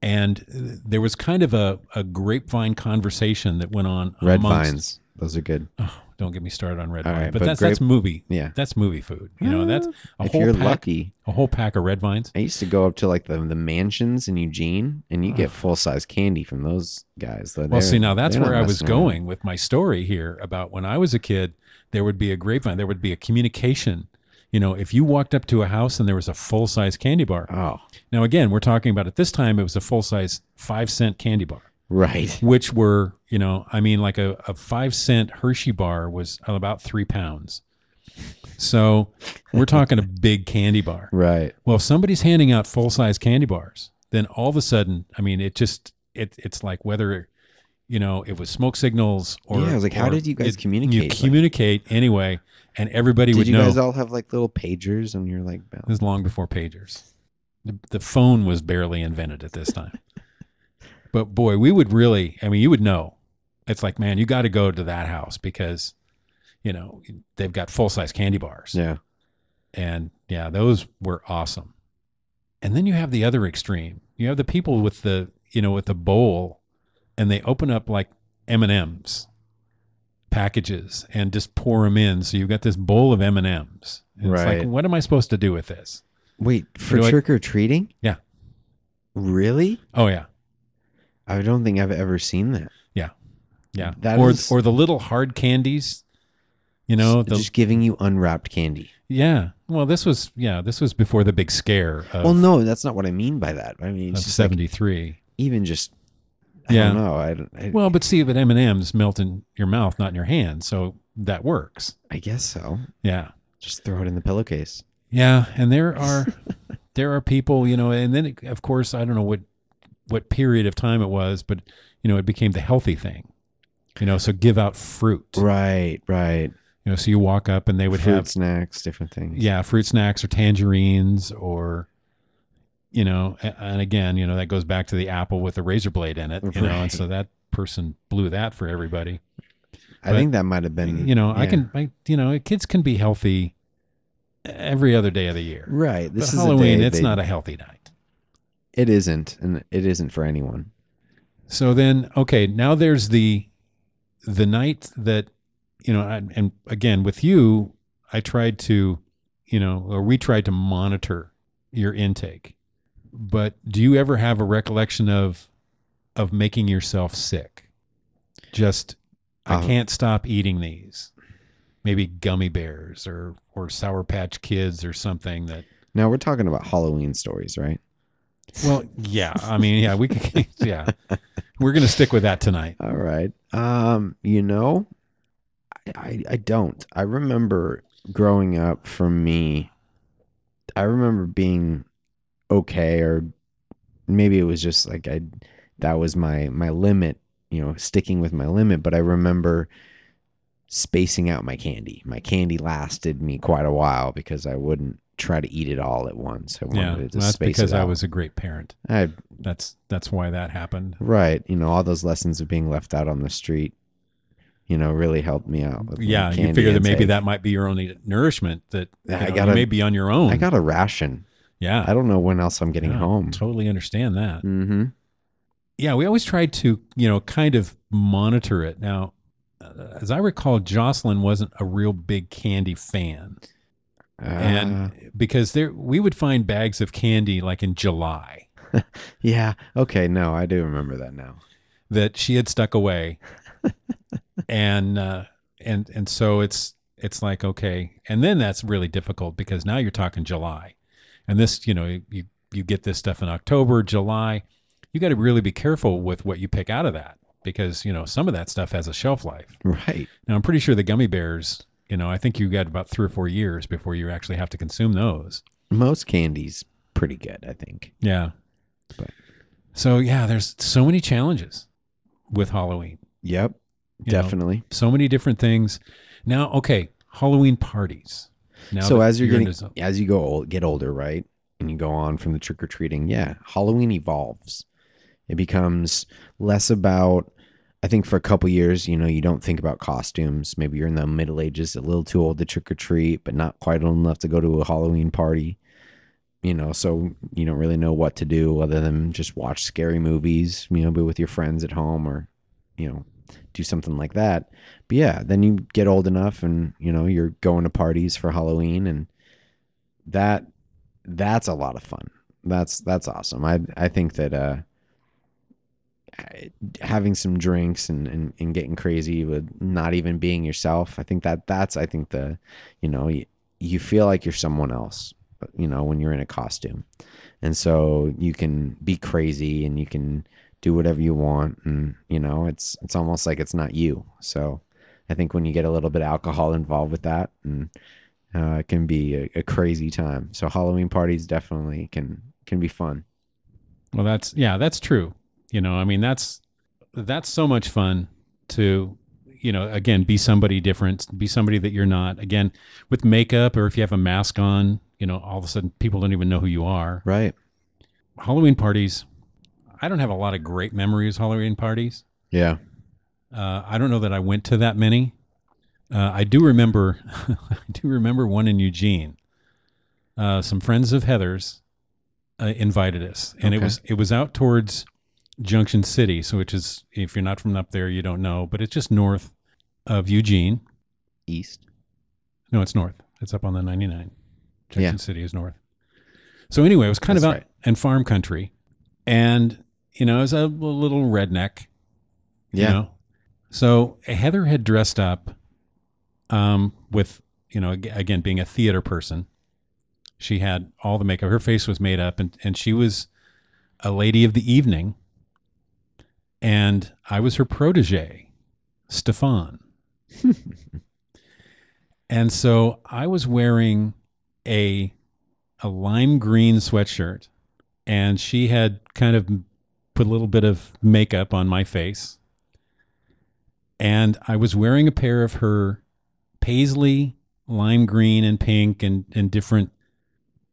Speaker 2: and uh, there was kind of a, a grapevine conversation that went on.
Speaker 3: Red
Speaker 2: Oh, amongst-
Speaker 3: vines. Those are good.
Speaker 2: Oh, don't get me started on red
Speaker 3: All
Speaker 2: vine,
Speaker 3: right,
Speaker 2: but,
Speaker 3: but
Speaker 2: that's that's
Speaker 3: grape-
Speaker 2: movie.
Speaker 3: Yeah.
Speaker 2: That's movie food. You know, that's a
Speaker 3: if
Speaker 2: whole
Speaker 3: you're
Speaker 2: pack,
Speaker 3: lucky,
Speaker 2: a whole pack of red vines.
Speaker 3: I used to go up to like the, the mansions in Eugene, and you get full size candy from those guys. Though
Speaker 2: Well,
Speaker 3: they're-
Speaker 2: see, now that's
Speaker 3: they're
Speaker 2: where
Speaker 3: not
Speaker 2: I was
Speaker 3: messing around.
Speaker 2: going with my story here about when I was a kid, there would be a grapevine, there would be a communication. You know, if you walked up to a house and there was a full size candy bar.
Speaker 3: Oh,
Speaker 2: Now, again, we're talking about at this time, it was a full size five cent candy bar,
Speaker 3: right.
Speaker 2: which were, you know, I mean, like a, a five cent Hershey bar was about three pounds. So we're talking a big candy bar.
Speaker 3: Right.
Speaker 2: Well, if somebody's handing out full size candy bars, then all of a sudden, I mean, it just it it's like whether you know it was smoke signals or
Speaker 3: Yeah, I was like, how
Speaker 2: or
Speaker 3: did you guys communicate?
Speaker 2: You
Speaker 3: Like-
Speaker 2: communicate anyway, and everybody
Speaker 3: Did
Speaker 2: would
Speaker 3: you
Speaker 2: know.
Speaker 3: guys all have like little pagers and you're like,
Speaker 2: this is long before pagers. The, the phone was barely invented at this time. but boy, we would really. I mean, you would know. It's like, man, you got to go to that house because, you know, they've got full size candy bars.
Speaker 3: yeah,
Speaker 2: And yeah, those were awesome. And then you have the other extreme. You have the people with the, you know, with the bowl and they open up like M&Ms packages and just pour them in. So you've got this bowl of M&Ms. And It's
Speaker 3: Right.
Speaker 2: like, what am I supposed to do with this?
Speaker 3: wait for
Speaker 2: Do I-
Speaker 3: trick or treating?
Speaker 2: Yeah.
Speaker 3: Really?
Speaker 2: Oh yeah.
Speaker 3: I don't think I've ever seen that.
Speaker 2: Yeah.
Speaker 3: That
Speaker 2: or
Speaker 3: is-
Speaker 2: or the little hard candies, you know, the,
Speaker 3: just giving you unwrapped candy.
Speaker 2: yeah. Well, this was yeah, this was before the big scare of,
Speaker 3: well, no, that's not what I mean by that. I mean,
Speaker 2: of
Speaker 3: it's just like,
Speaker 2: 73.
Speaker 3: even just. I
Speaker 2: Yeah.
Speaker 3: don't know. I, don't- I,
Speaker 2: Well, but see, but M and M's melt in your mouth, not in your hand, so that works.
Speaker 3: I guess so.
Speaker 2: Yeah,
Speaker 3: Just throw it in the pillowcase.
Speaker 2: yeah, and there are there are people, you know, and then of course I don't know what what period of time it was, but you know it became the healthy thing. You know, so give out fruit.
Speaker 3: Right, right.
Speaker 2: You know, so you walk up and they would
Speaker 3: Fruit
Speaker 2: have
Speaker 3: snacks, different things.
Speaker 2: yeah fruit snacks or tangerines or you know a- and again you know that goes back to the apple with the razor blade in it you know and
Speaker 3: Right.
Speaker 2: so that person blew that for everybody
Speaker 3: I
Speaker 2: But,
Speaker 3: think that might have been.
Speaker 2: you know i
Speaker 3: yeah.
Speaker 2: can I, you know kids can be healthy every other day of the year
Speaker 3: Right. This
Speaker 2: but
Speaker 3: is
Speaker 2: halloween
Speaker 3: A day
Speaker 2: it's
Speaker 3: they-
Speaker 2: not a healthy night
Speaker 3: It isn't, and it isn't for anyone.
Speaker 2: so then okay now there's the the night that you know I, and again with you i tried to you know or we tried to monitor your intake but do you ever have a recollection of of making yourself sick just i
Speaker 3: Uh,
Speaker 2: can't stop eating these maybe gummy bears or or sour patch kids or something that
Speaker 3: Now we're talking about Halloween stories, right?
Speaker 2: Well, yeah. I mean, yeah, we can. Yeah, we're gonna stick with that tonight.
Speaker 3: All right. Um, you know, I, I I don't. I remember growing up for me, I remember being okay or maybe it was just like I that was my my limit, you know, sticking with my limit, but I remember spacing out my candy. My candy lasted me quite a while because I wouldn't try to eat it all at once. I wanted
Speaker 2: Yeah,
Speaker 3: to
Speaker 2: that's
Speaker 3: space
Speaker 2: because
Speaker 3: it
Speaker 2: I
Speaker 3: out.
Speaker 2: was a great parent.
Speaker 3: I
Speaker 2: That's that's why that happened.
Speaker 3: Right. You know, all those lessons of being left out on the street, you know, really helped me out. with my
Speaker 2: Yeah, you
Speaker 3: candy
Speaker 2: figure that maybe
Speaker 3: intake.
Speaker 2: that might be your only nourishment that you,
Speaker 3: I
Speaker 2: know, you
Speaker 3: gotta-
Speaker 2: may be on your own.
Speaker 3: I got a ration.
Speaker 2: yeah,
Speaker 3: I don't know when else I'm getting
Speaker 2: yeah,
Speaker 3: home.
Speaker 2: Totally understand that.
Speaker 3: Mm-hmm.
Speaker 2: yeah, we always tried to, you know, kind of monitor it. Now, uh, as I recall, Jocelyn wasn't a real big candy fan,
Speaker 3: Uh,
Speaker 2: and because there we would find bags of candy like in July
Speaker 3: yeah. Okay. No, I do remember that now.
Speaker 2: that she had stuck away, and uh, and and so it's it's like okay, and then that's really difficult because now you're talking July, and this you know you you get this stuff in October, July, you got to really be careful with what you pick out of that because you know some of that stuff has a shelf life.
Speaker 3: Right.
Speaker 2: Now I'm pretty sure the gummy bears, you know, I think you got about three or four years before you actually have to consume those.
Speaker 3: Most candies pretty good, I think.
Speaker 2: Yeah.
Speaker 3: But-
Speaker 2: so yeah, there's so many challenges with Halloween.
Speaker 3: Yep.
Speaker 2: You know,
Speaker 3: definitely.
Speaker 2: So many different things. Now, okay, Halloween parties. Now
Speaker 3: So
Speaker 2: that
Speaker 3: as you're getting
Speaker 2: into-
Speaker 3: as you go old, get older, right? And you go on from the trick or treating, yeah, Halloween evolves. It becomes less about I think for a couple years, you know, you don't think about costumes. Maybe you're in the middle ages, a little too old to trick or treat, but not quite old enough to go to a Halloween party. You know, so you don't really know what to do other than just watch scary movies, you know, be with your friends at home or, you know, do something like that. But yeah, then you get old enough and, you know, you're going to parties for Halloween and that that's a lot of fun. That's that's awesome. I I think that uh I- having some drinks and, and and getting crazy with not even being yourself. I think that that's I think the you know you, you feel like you're someone else, you know, when you're in a costume. And so you can be crazy and you can do whatever you want and you know, it's it's almost like it's not you. So I think when you get a little bit of alcohol involved with that and uh, it can be a, a crazy time. So Halloween parties definitely can can be fun.
Speaker 2: Well, that's yeah, that's true. You know, I mean, that's that's so much fun to you know again be somebody different, be somebody that you're not. Again, with makeup or if you have a mask on, you know, all of a sudden people don't even know who you are.
Speaker 3: Right.
Speaker 2: Halloween parties. I don't have a lot of great memories of Halloween parties.
Speaker 3: Yeah.
Speaker 2: Uh, I don't know that I went to that many. Uh, I do remember, I do remember one in Eugene. Uh, some friends of Heather's uh, invited us, and it
Speaker 3: Okay.
Speaker 2: was it was out towards Junction City, so which is if you're not from up there, you don't know, but it's just north of Eugene.
Speaker 3: East.
Speaker 2: No, it's north. It's up on the 99. Junction
Speaker 3: Yeah.
Speaker 2: City is north. So anyway, it was kind of
Speaker 3: That's
Speaker 2: out
Speaker 3: right.
Speaker 2: in farm country, and you know, it was a little redneck
Speaker 3: Yeah.
Speaker 2: you know? So Heather had dressed up um, with, you know, ag- again, being a theater person. She had all the makeup. Her face was made up, and, and she was a lady of the evening. And I was her protege, Stefan. and so I was wearing a a lime green sweatshirt, and she had kind of put a little bit of makeup on my face and I was wearing a pair of her paisley, lime green, and pink, and and different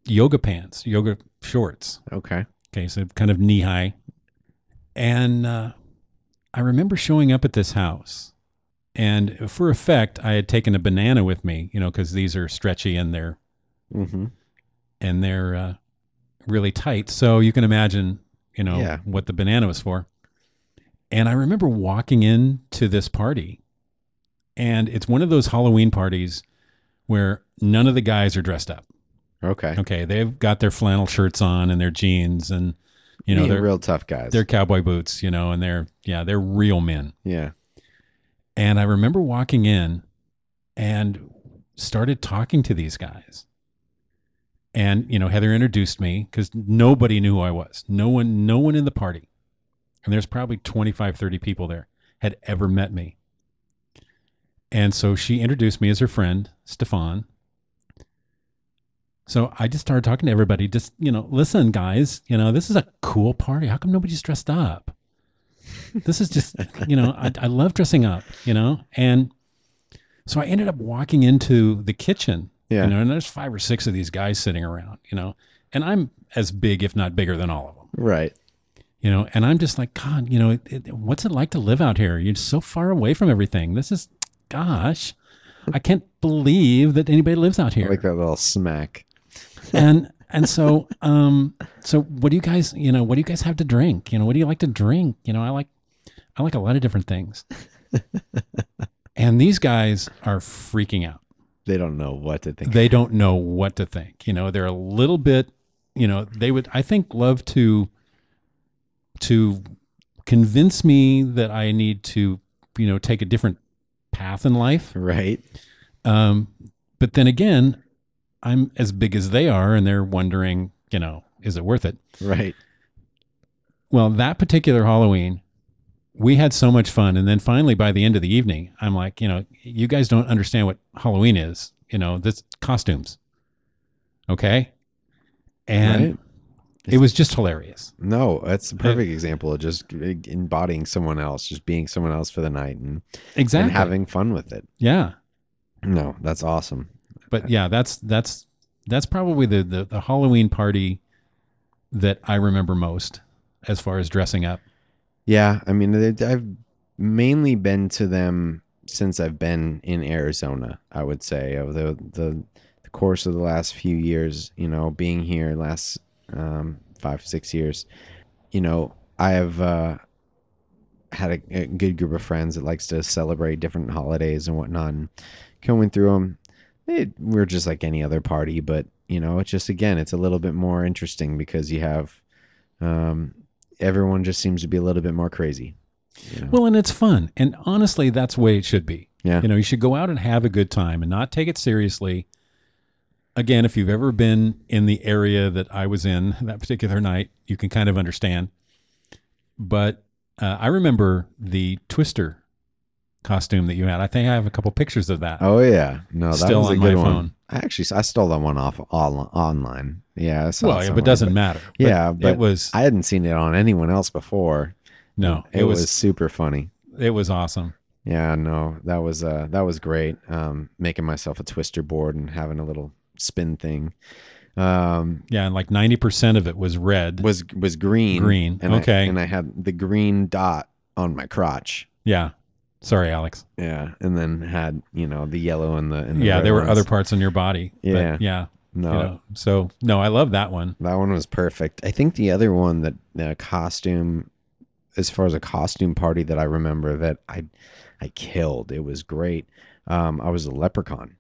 Speaker 2: yoga pants, yoga shorts.
Speaker 3: Okay.
Speaker 2: Okay, so kind of knee high. And uh, I remember showing up at this house, and for effect, I had taken a banana with me, you know, because these are stretchy and they're
Speaker 3: Mm-hmm.
Speaker 2: and they're uh, really tight. So you can imagine, you know,
Speaker 3: Yeah.
Speaker 2: what the banana was for. And I remember walking in to this party, and it's one of those Halloween parties where none of the guys are dressed up.
Speaker 3: Okay.
Speaker 2: Okay, they've got their flannel shirts on and their jeans, and you know
Speaker 3: Being
Speaker 2: they're
Speaker 3: real tough guys.
Speaker 2: they're cowboy boots, you know, and they're yeah they're real men.
Speaker 3: yeah.
Speaker 2: And I remember walking in and started talking to these guys. and you know heather introduced me because nobody knew who i was no one no one in the party and there's probably 25 30 people there had ever met me and so she introduced me as her friend stefan so i just started talking to everybody just you know listen guys you know this is a cool party how come nobody's dressed up this is just you know I, I love dressing up you know and so i ended up walking into the kitchen
Speaker 3: Yeah.
Speaker 2: you know, and there's five or six of these guys sitting around, you know, and I'm as big, if not bigger than all of them,
Speaker 3: Right.
Speaker 2: you know, and I'm just like, God, you know, it, it- what's it like to live out here? You're so far away from everything. This is, gosh, I can't believe that anybody lives out here.
Speaker 3: Like that little smack.
Speaker 2: and, and so, um, so what do you guys, you know, what do you guys have to drink? You know, what do you like to drink? You know, I like, I like a lot of different things. and these guys are freaking out.
Speaker 3: They don't know what to think.
Speaker 2: they don't know what to think. You know, they're a little bit, you know, they would I think love to to convince me that I need to, you know, take a different path in life.
Speaker 3: Right.
Speaker 2: Um, but then again, I'm as big as they are and they're wondering, you know, is it worth it?
Speaker 3: Right.
Speaker 2: Well, that particular Halloween, we had so much fun. And then finally, by the end of the evening, I'm like, you know, you guys don't understand what Halloween is. You know, this costumes. Okay. And
Speaker 3: Right.
Speaker 2: it was just hilarious.
Speaker 3: No, that's the perfect example of just embodying someone else, just being someone else for the night and,
Speaker 2: Exactly.
Speaker 3: and having fun with it.
Speaker 2: yeah.
Speaker 3: No, that's awesome.
Speaker 2: But yeah, that's, that's, that's probably the, the, the Halloween party that I remember most as far as dressing up.
Speaker 3: Yeah, I mean, they- I've mainly been to them since I've been in Arizona. I would say over the the, the course of the last few years, you know, being here last um, five six years, you know, I have uh, had a, a good group of friends that likes to celebrate different holidays and whatnot. And going through them, it, we're just like any other party, but you know, it's just again, it's a little bit more interesting because you have. Um, everyone just seems to be a little bit more crazy. you know?
Speaker 2: Well, and it's fun. And honestly, that's the way it should be.
Speaker 3: yeah,
Speaker 2: You know, you should go out and have a good time and not take it seriously. Again, if you've ever been in the area that I was in that particular night, you can kind of understand. But uh, I remember the Twister costume that you had. I think I have a couple pictures of that.
Speaker 3: oh yeah, no, that
Speaker 2: Still
Speaker 3: was a
Speaker 2: on
Speaker 3: good
Speaker 2: my
Speaker 3: one.
Speaker 2: phone.
Speaker 3: I actually I stole that one off all, online. Yeah, I saw
Speaker 2: well,
Speaker 3: it
Speaker 2: yeah,
Speaker 3: somewhere,
Speaker 2: but doesn't matter. But
Speaker 3: yeah, but
Speaker 2: it was
Speaker 3: I hadn't seen it on anyone else before.
Speaker 2: no,
Speaker 3: It, was, super funny.
Speaker 2: it was awesome.
Speaker 3: Yeah, no, that was uh that was great. Um, making myself a twister board and having a little spin thing. Um,
Speaker 2: Yeah, and like ninety percent of it was red.
Speaker 3: was was green,
Speaker 2: Green,
Speaker 3: and I-
Speaker 2: okay.
Speaker 3: and I had the green dot on my crotch.
Speaker 2: yeah, sorry, Alex.
Speaker 3: Yeah, and then had you know the yellow and the and the
Speaker 2: Yeah,
Speaker 3: red
Speaker 2: there were
Speaker 3: ones.
Speaker 2: other parts on your body. but
Speaker 3: Yeah.
Speaker 2: yeah.
Speaker 3: no
Speaker 2: you know, so no, I love that one.
Speaker 3: That one was perfect. I think the other one that the costume, as far as a costume party that I remember that I, I killed. It was great. Um, I was a leprechaun,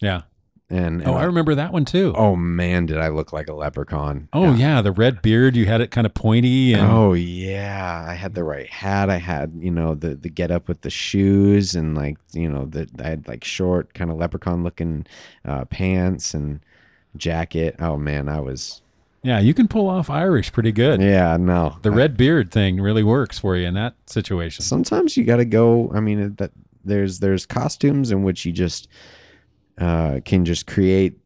Speaker 2: Yeah.
Speaker 3: and, and
Speaker 2: Oh, I
Speaker 3: I-
Speaker 2: remember that one too.
Speaker 3: oh man, did I look like a leprechaun?
Speaker 2: Oh yeah. the red beard. You had it kind of pointy, and
Speaker 3: Oh yeah, I had the right hat. I had you know the the get up with the shoes and like you know the I had like short kind of leprechaun looking uh, pants and jacket. Oh man, I was
Speaker 2: yeah, you can pull off Irish pretty good.
Speaker 3: yeah no
Speaker 2: The
Speaker 3: I-
Speaker 2: red beard thing really works for you in that situation.
Speaker 3: sometimes you got to go i mean it- that there's there's costumes in which you just uh can just create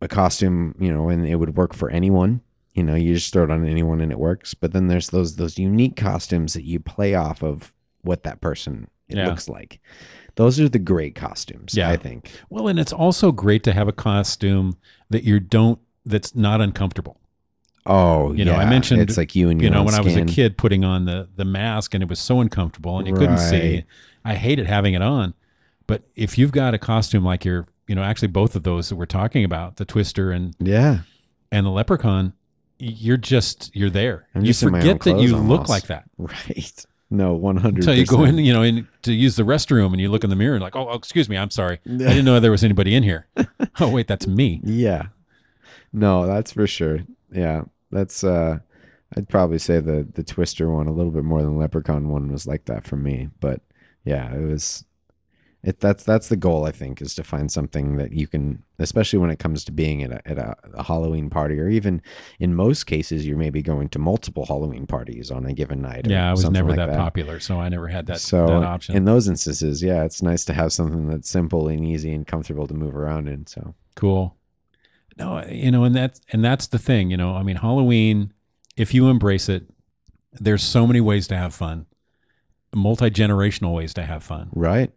Speaker 3: a costume you know and it would work for anyone you know you just throw it on anyone and it works but then there's those those unique costumes that you play off of what that person
Speaker 2: Yeah.
Speaker 3: looks like those are the great costumes
Speaker 2: Yeah.
Speaker 3: i think
Speaker 2: Well, and it's also great to have a costume that you don't that's not uncomfortable.
Speaker 3: oh
Speaker 2: You know, I
Speaker 3: yeah.
Speaker 2: mentioned,
Speaker 3: it's like you and
Speaker 2: You
Speaker 3: your
Speaker 2: know,
Speaker 3: own
Speaker 2: when I was a
Speaker 3: skin.
Speaker 2: kid putting on the the mask and it was so uncomfortable and you couldn't see.
Speaker 3: Right.
Speaker 2: I hated having it on. But if you've got a costume like your, you know, actually both of those that we're talking about, the twister and
Speaker 3: yeah
Speaker 2: and the leprechaun, y- you're just you're there.
Speaker 3: I'm
Speaker 2: you
Speaker 3: just in my own
Speaker 2: forget that
Speaker 3: clothes
Speaker 2: you look
Speaker 3: almost.
Speaker 2: like that
Speaker 3: right no 100
Speaker 2: until you go in, you know, in, to use the restroom, and you look in the mirror and like, oh, oh, excuse me, I'm sorry, I didn't know there was anybody in here. oh wait, that's me.
Speaker 3: Yeah. No, that's for sure. Yeah. That's uh I'd probably say the the Twister one a little bit more than Leprechaun one was like that for me, but yeah, it was It, that's that's the goal, I think, is to find something that you can, especially when it comes to being at a, at a, a Halloween party, or even in most cases, you're maybe going to multiple Halloween parties on a given night. or
Speaker 2: Yeah, I was
Speaker 3: something
Speaker 2: never
Speaker 3: like
Speaker 2: that, popular, so I never had that,
Speaker 3: so
Speaker 2: that option.
Speaker 3: in those instances, yeah, it's nice to have something that's simple and easy and comfortable to move around in. So
Speaker 2: cool. No, you know, and that's and that's the thing, you know. I mean, Halloween, if you embrace it, there's so many ways to have fun. Multi-generational ways to have fun.
Speaker 3: right,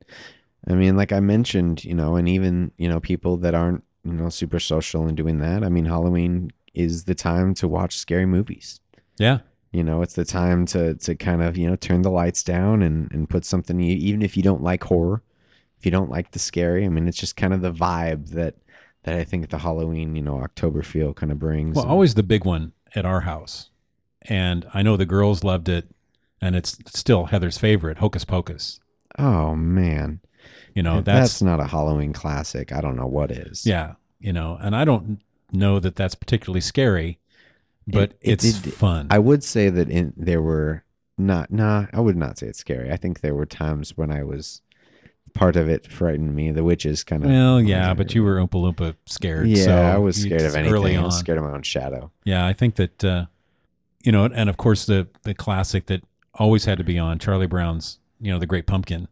Speaker 3: I mean, like I mentioned, you know, and even you know people that aren't you know super social and doing that. I mean, Halloween is the time to watch scary movies.
Speaker 2: Yeah.
Speaker 3: you know it's the time to to kind of you know turn the lights down and and put something e, even if you don't like horror if you don't like the scary i mean it's just kind of the vibe that that i think the halloween you know october feel kind of brings
Speaker 2: Well,
Speaker 3: And
Speaker 2: always the big one at our house. And I know the girls loved it and it's still Heather's favorite, Hocus Pocus.
Speaker 3: oh man
Speaker 2: You know,
Speaker 3: If
Speaker 2: that's,
Speaker 3: not a halloween classic i don't know what is
Speaker 2: yeah, you know, and I don't know that that's particularly scary, but
Speaker 3: It- it-
Speaker 2: it's
Speaker 3: it-
Speaker 2: fun.
Speaker 3: i would say that in there were not nah i would not say it's scary i think there were times when i was part of it frightened me the witches kind of
Speaker 2: well, yeah, but you were Oompa Loompa scared.
Speaker 3: yeah
Speaker 2: so
Speaker 3: i was
Speaker 2: you-
Speaker 3: scared of anything
Speaker 2: Early
Speaker 3: i
Speaker 2: on.
Speaker 3: was scared of my own shadow
Speaker 2: Yeah, I think that, uh, you know, and of course the, the classic that always had to be on Charlie Brown's, you know, The Great Pumpkin.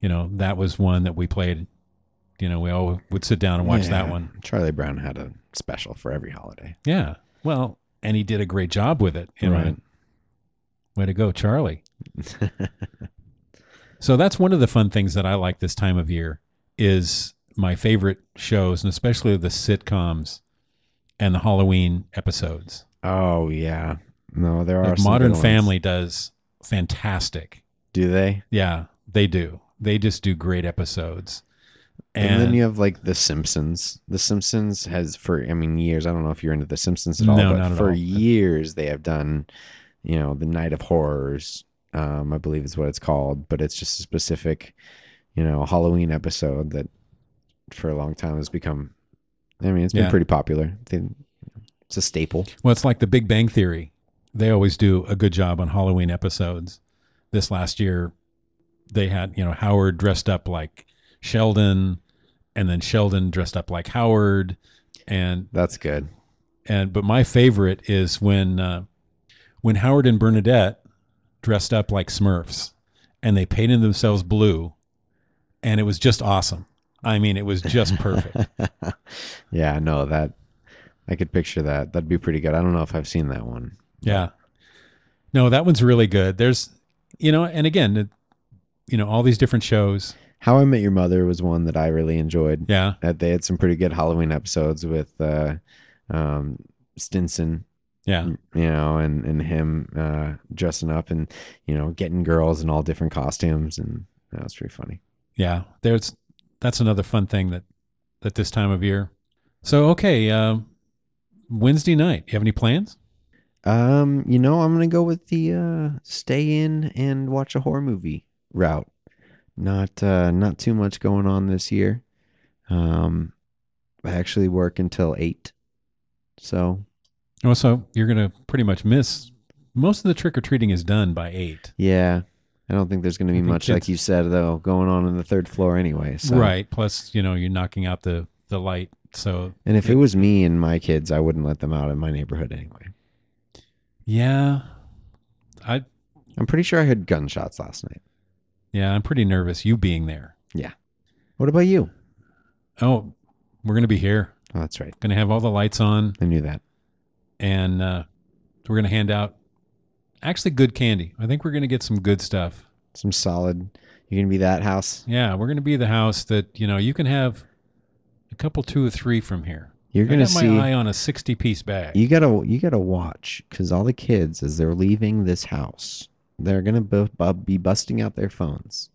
Speaker 2: You know, that was one that we played. You know, we all would sit down and watch that
Speaker 3: Yeah.
Speaker 2: one.
Speaker 3: Charlie Brown had a special for every holiday.
Speaker 2: Yeah. Well, and he did a great job with it. You know,
Speaker 3: Right.
Speaker 2: Way to go, Charlie. so that's one of the fun things that I like this time of year is my favorite shows and especially the sitcoms and the Halloween episodes.
Speaker 3: Oh yeah. No, there are
Speaker 2: Like
Speaker 3: some
Speaker 2: Modern
Speaker 3: good ones.
Speaker 2: Family does fantastic.
Speaker 3: Do they?
Speaker 2: Yeah, they do. They just do great episodes.
Speaker 3: And, then you have like The Simpsons. The Simpsons has for I mean years. I don't know if you're into The Simpsons at all,
Speaker 2: No,
Speaker 3: but
Speaker 2: not at
Speaker 3: for
Speaker 2: all.
Speaker 3: years they have done, you know, the Night of Horrors. Um, I believe is what it's called, but it's just a specific, you know, Halloween episode that for a long time has become. I mean, it's been
Speaker 2: Yeah.
Speaker 3: pretty popular. They- It's a staple.
Speaker 2: Well, it's like the Big Bang Theory. They always do a good job on Halloween episodes. This last year, they had, you know, Howard dressed up like Sheldon and then Sheldon dressed up like Howard and
Speaker 3: That's good.
Speaker 2: and but my favorite is when uh, when Howard and Bernadette dressed up like Smurfs and they painted themselves blue and it was just awesome. I mean, it was just perfect.
Speaker 3: yeah, no, that I could picture that. That'd be pretty good. I don't know if I've seen that one.
Speaker 2: Yeah. No, that one's really good. There's, you know, and again, it- you know, all these different shows.
Speaker 3: How I Met Your Mother was one that I really enjoyed.
Speaker 2: Yeah.
Speaker 3: That they had some pretty good Halloween episodes with uh, um, Stinson,
Speaker 2: Yeah.
Speaker 3: you know, and and him uh, dressing up and you know getting girls in all different costumes, and that was pretty funny.
Speaker 2: Yeah. There's, that's another fun thing that, that this time of year. So, okay. Um, Wednesday night, you have any plans?
Speaker 3: Um, you know, I'm gonna go with the uh, stay in and watch a horror movie route. Not uh, not too much going on this year. Um, I actually work until eight, so
Speaker 2: Oh, so you're going to pretty much miss most of the trick or treating is done by eight.
Speaker 3: yeah, I don't think there's gonna
Speaker 2: I
Speaker 3: be
Speaker 2: think
Speaker 3: much like
Speaker 2: it's-
Speaker 3: you said though going on on the third floor anyway. So.
Speaker 2: Right. Plus, you know, you're knocking out the, the light. So,
Speaker 3: And if it was me and my kids, I wouldn't let them out in my neighborhood anyway.
Speaker 2: yeah. I,
Speaker 3: I'm pretty sure I heard gunshots last night.
Speaker 2: yeah, I'm pretty nervous you being there.
Speaker 3: What about you?
Speaker 2: Oh, we're going to be here.
Speaker 3: Oh, that's right.
Speaker 2: Going to have all the lights on.
Speaker 3: I knew that.
Speaker 2: and uh, we're going to hand out actually good candy. I think we're going to get some good stuff.
Speaker 3: Some solid. You're gonna be that house.
Speaker 2: Yeah, we're going to be the house that you know you can have a couple, two or three from here.
Speaker 3: You're
Speaker 2: I
Speaker 3: gonna
Speaker 2: got
Speaker 3: see.
Speaker 2: my eye on a sixty-piece bag.
Speaker 3: You gotta you gotta watch because all the kids as they're leaving this house, they're gonna bu- bu- be busting out their phones,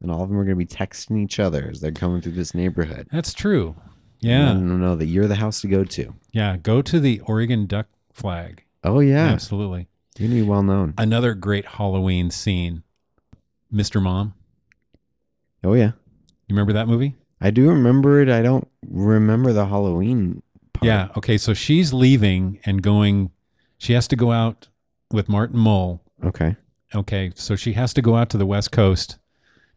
Speaker 3: and all of them are gonna be texting each other as they're coming through this neighborhood.
Speaker 2: That's true.
Speaker 3: I
Speaker 2: Yeah,
Speaker 3: don't know that you're the house to go to.
Speaker 2: yeah. Go to the Oregon duck flag.
Speaker 3: Oh yeah,
Speaker 2: Absolutely.
Speaker 3: you're gonna be well known.
Speaker 2: Another great Halloween scene. Mr. Mom,
Speaker 3: oh yeah,
Speaker 2: you remember that movie?
Speaker 3: I do remember it. I don't remember the Halloween part.
Speaker 2: Yeah. Okay. So she's leaving and going. She has to go out with Martin Mull
Speaker 3: Okay.
Speaker 2: Okay, so she has to go out to the West Coast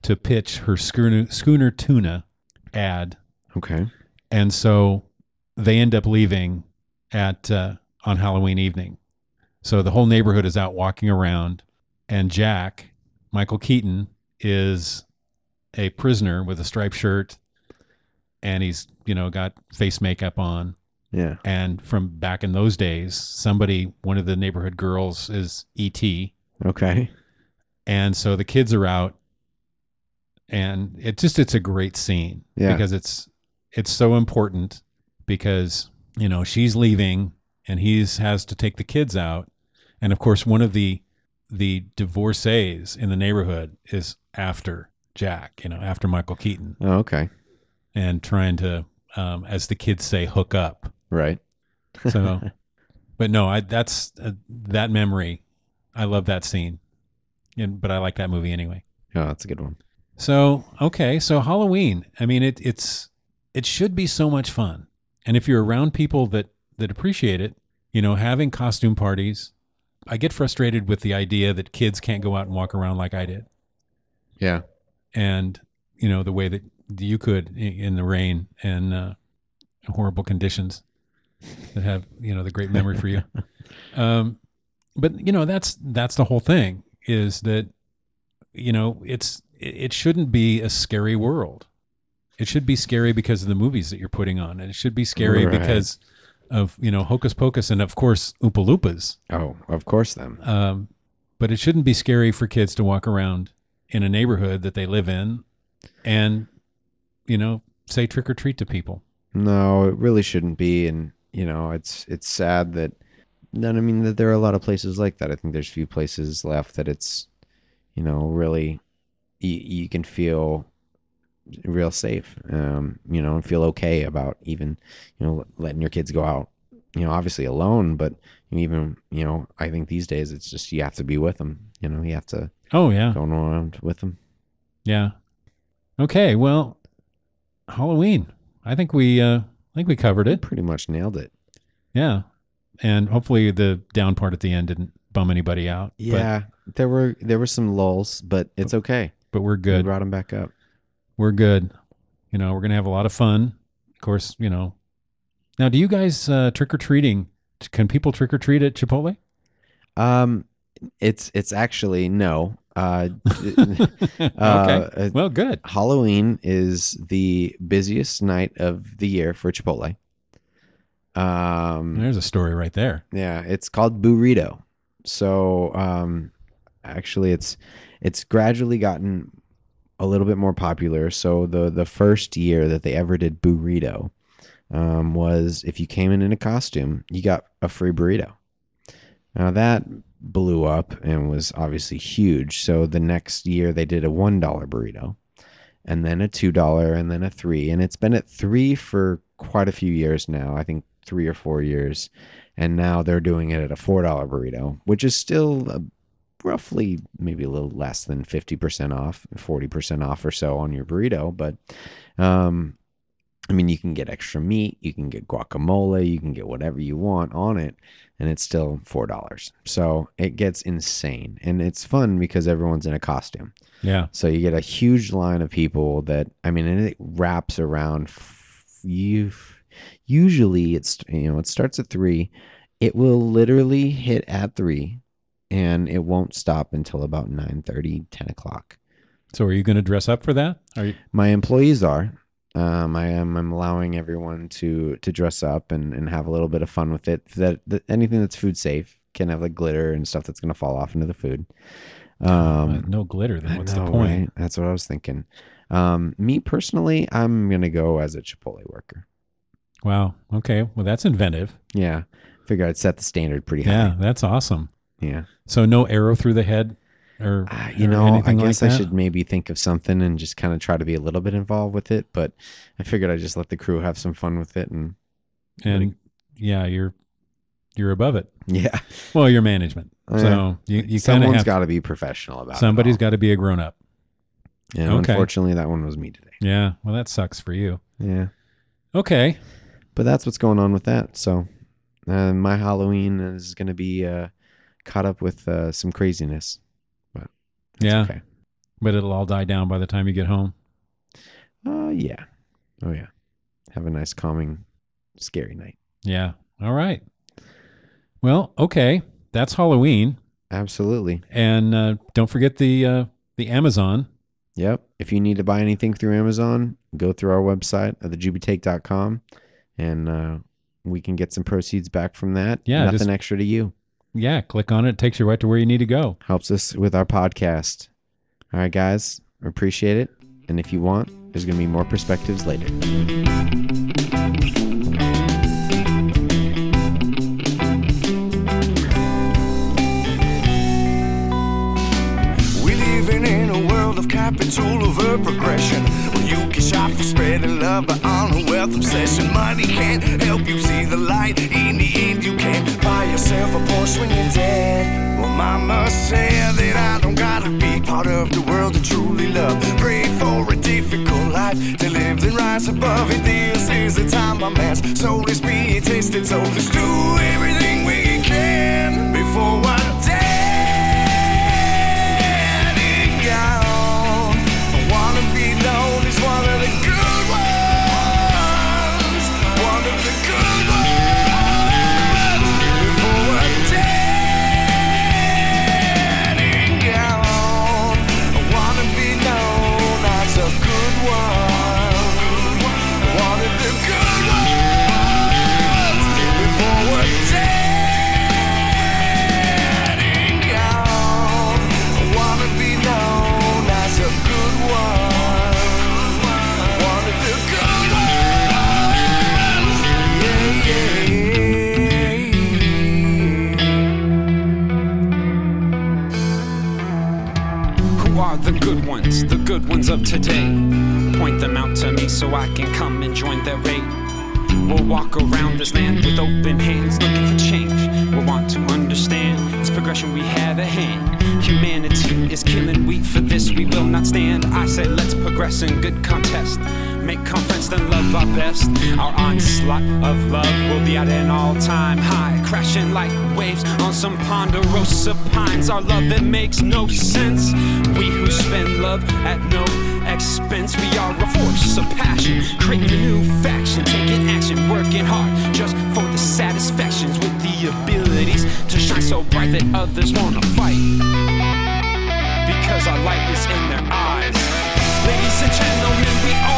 Speaker 2: to pitch her schooner, schooner tuna ad,
Speaker 3: Okay.
Speaker 2: and so they end up leaving at uh, on Halloween evening. So the whole neighborhood is out walking around, and Jack Michael Keaton is a prisoner with a striped shirt, and he's you know got face makeup on,
Speaker 3: Yeah.
Speaker 2: and from back in those days, somebody, one of the neighborhood girls is E ET.
Speaker 3: Okay.
Speaker 2: And so the kids are out and it just it's a great scene
Speaker 3: Yeah.
Speaker 2: because it's it's so important because you know she's leaving and he's has to take the kids out and of course one of the the divorcees in the neighborhood is after Jack, you know, after Michael Keaton
Speaker 3: Oh, okay.
Speaker 2: and trying to um as the kids say hook up.
Speaker 3: Right.
Speaker 2: So, but no, I that's uh, that memory. I love that scene, and but I like that movie anyway.
Speaker 3: Oh, that's a good one.
Speaker 2: So okay, so Halloween. I mean, it it's it should be so much fun, and if you're around people that that appreciate it, you know, having costume parties. I get frustrated with the idea that kids can't go out and walk around like I did,
Speaker 3: Yeah.
Speaker 2: and you know the way that you could i- in the rain and uh, horrible conditions that have you know the great memory for you. Um, but you know that's that's the whole thing is that you know it's it it shouldn't be a scary world. It should be scary because of the movies that you're putting on, and it should be scary
Speaker 3: Right.
Speaker 2: because of you know hocus pocus and of course Oompa Loompas.
Speaker 3: Oh, of course them.
Speaker 2: Um, but it shouldn't be scary for kids to walk around in a neighborhood that they live in and, you know, say trick or treat to people.
Speaker 3: No, it really shouldn't be. And you know, it's it's sad that. Then I mean that there are a lot of places like that. I think there's few places left that it's, you know, really, you, you can feel real safe. Um, you know, and feel okay about even, you know, letting your kids go out. You know, obviously alone, but even you know, I think these days it's just you have to be with them. You know, you have to
Speaker 2: Oh, yeah.
Speaker 3: go around with them.
Speaker 2: Yeah. Okay. Well, Halloween. I think we, uh, I think we covered it.
Speaker 3: Pretty much nailed it.
Speaker 2: Yeah. And hopefully the down part at the end didn't bum anybody out. But-
Speaker 3: Yeah, there were there were some lulls, but it's okay.
Speaker 2: But, we're
Speaker 3: We
Speaker 2: good.
Speaker 3: brought them back up.
Speaker 2: We're good. You know, we're going to have a lot of fun. Of course, you know. Now, do you guys uh, trick or treating? Can people trick or treat at Chipotle?
Speaker 3: Um, it's it's actually no. Uh,
Speaker 2: okay.
Speaker 3: uh, uh,
Speaker 2: well, good.
Speaker 3: Halloween is the busiest night of the year for Chipotle. Um,
Speaker 2: There's a story right there.
Speaker 3: yeah, it's called burrito. So um, actually, it's it's gradually gotten a little bit more popular. So the the first year that they ever did burrito um, was if you came in in a costume, you got a free burrito. Now that blew up and was obviously huge. So the next year they did a one dollar burrito, and then a two dollar, and then a three, and it's been at three for quite a few years now. I think three or four years, and now they're doing it at a four dollar burrito, which is still uh roughly maybe a little less than fifty percent off, forty percent off or so on your burrito, but. Um, I mean, you can get extra meat, you can get guacamole, you can get whatever you want on it, and it's still four dollars. So it gets insane, and it's fun because everyone's in a costume.
Speaker 2: Yeah.
Speaker 3: So you get a huge line of people that I mean, and it wraps around. f- You usually it's you know it starts at three, it will literally hit at three, and it won't stop until about 9:30, 10 o'clock
Speaker 2: So, are you going to dress up for that? Are you?
Speaker 3: my employees are. Um, I am. I'm allowing everyone to to dress up and, and have a little bit of fun with it. That, that anything that's food safe can have like glitter and stuff that's gonna fall off into the food.
Speaker 2: Uh,
Speaker 3: Um,
Speaker 2: no glitter. Then
Speaker 3: I
Speaker 2: what's
Speaker 3: know,
Speaker 2: the point?
Speaker 3: right? That's what I was thinking. Um, me personally, I'm gonna go as a Chipotle worker.
Speaker 2: Wow. Okay. Well, that's inventive.
Speaker 3: Yeah, figure I'd set the standard pretty
Speaker 2: Yeah,
Speaker 3: high.
Speaker 2: that's awesome.
Speaker 3: Yeah,
Speaker 2: So, no arrow through the head, or
Speaker 3: Ah, you
Speaker 2: or
Speaker 3: know, I
Speaker 2: anything
Speaker 3: guess
Speaker 2: like
Speaker 3: I
Speaker 2: that?
Speaker 3: should maybe think of something and just kind of try to be a little bit involved with it. But I figured I'd just let the crew have some fun with it and
Speaker 2: And yeah, you're you're above it.
Speaker 3: yeah.
Speaker 2: Well, you're management.
Speaker 3: Oh, Yeah.
Speaker 2: So you you kind of
Speaker 3: Someone's
Speaker 2: have
Speaker 3: got to be professional about
Speaker 2: somebody's
Speaker 3: it.
Speaker 2: got to be a grown up.
Speaker 3: Got, and
Speaker 2: okay.
Speaker 3: Unfortunately, that one was me today.
Speaker 2: Yeah. Well, that sucks for you.
Speaker 3: Yeah,
Speaker 2: Okay.
Speaker 3: but that's what's going on with that. So, uh, my Halloween is going to be uh, caught up with uh, some craziness. But that's
Speaker 2: Yeah.
Speaker 3: okay.
Speaker 2: but it'll all die down by the time you get home.
Speaker 3: Uh, yeah. Oh, yeah. Have a nice, calming, scary night.
Speaker 2: Yeah. All right. Well, okay. That's Halloween,
Speaker 3: Absolutely.
Speaker 2: and uh, don't forget the uh, the Amazon.
Speaker 3: Yep. If you need to buy anything through Amazon, go through our website uh, at thejubitake.com and uh, we can get some proceeds back from that.
Speaker 2: Yeah,
Speaker 3: Nothing
Speaker 2: just-
Speaker 3: extra to you.
Speaker 2: Yeah, click on it. It takes you right to where you need to go.
Speaker 3: Helps us with our podcast. All right, guys. Appreciate it. And if you want, there's going to be more perspectives later.
Speaker 1: We're living in a world of capital over progression. Where you can shop for spreading love, but on a wealth obsession. Money can't help you see the light. In the end, you can't buy yourself a Porsche when you're dead. Well, mama said that I don't gotta be part of the world to truly love. Pray for a difficult life to live and rise above it. This is the time my man's soul is being tasted. So let's do everything we can before I die letting down. I wanna be known as one of the good ones. One of the good ones. Before I'm letting down. I wanna be known as a good one. One of the good ones. Before I'm letting down. I wanna be known as a good one. One of the good ones. Yeah, yeah, yeah.
Speaker 4: Who are the good ones, the good ones of today? Point them out to me so I can come and join their raid. We'll walk around this land with open hands, looking for change. We'll want to understand this progression we have at hand. Humanity is killing we for this we will not stand. I say let's progress in good contest. Make conference, then love our best. Our onslaught of love will be at an all-time high, crashing like waves on some ponderosa pines. Our love it makes no sense. We who spend love at no expense, we are a force of passion. Create a new faction, taking action, working hard just for the satisfactions with the abilities to shine so bright that others wanna fight because our light is in their eyes. Ladies and gentlemen, we are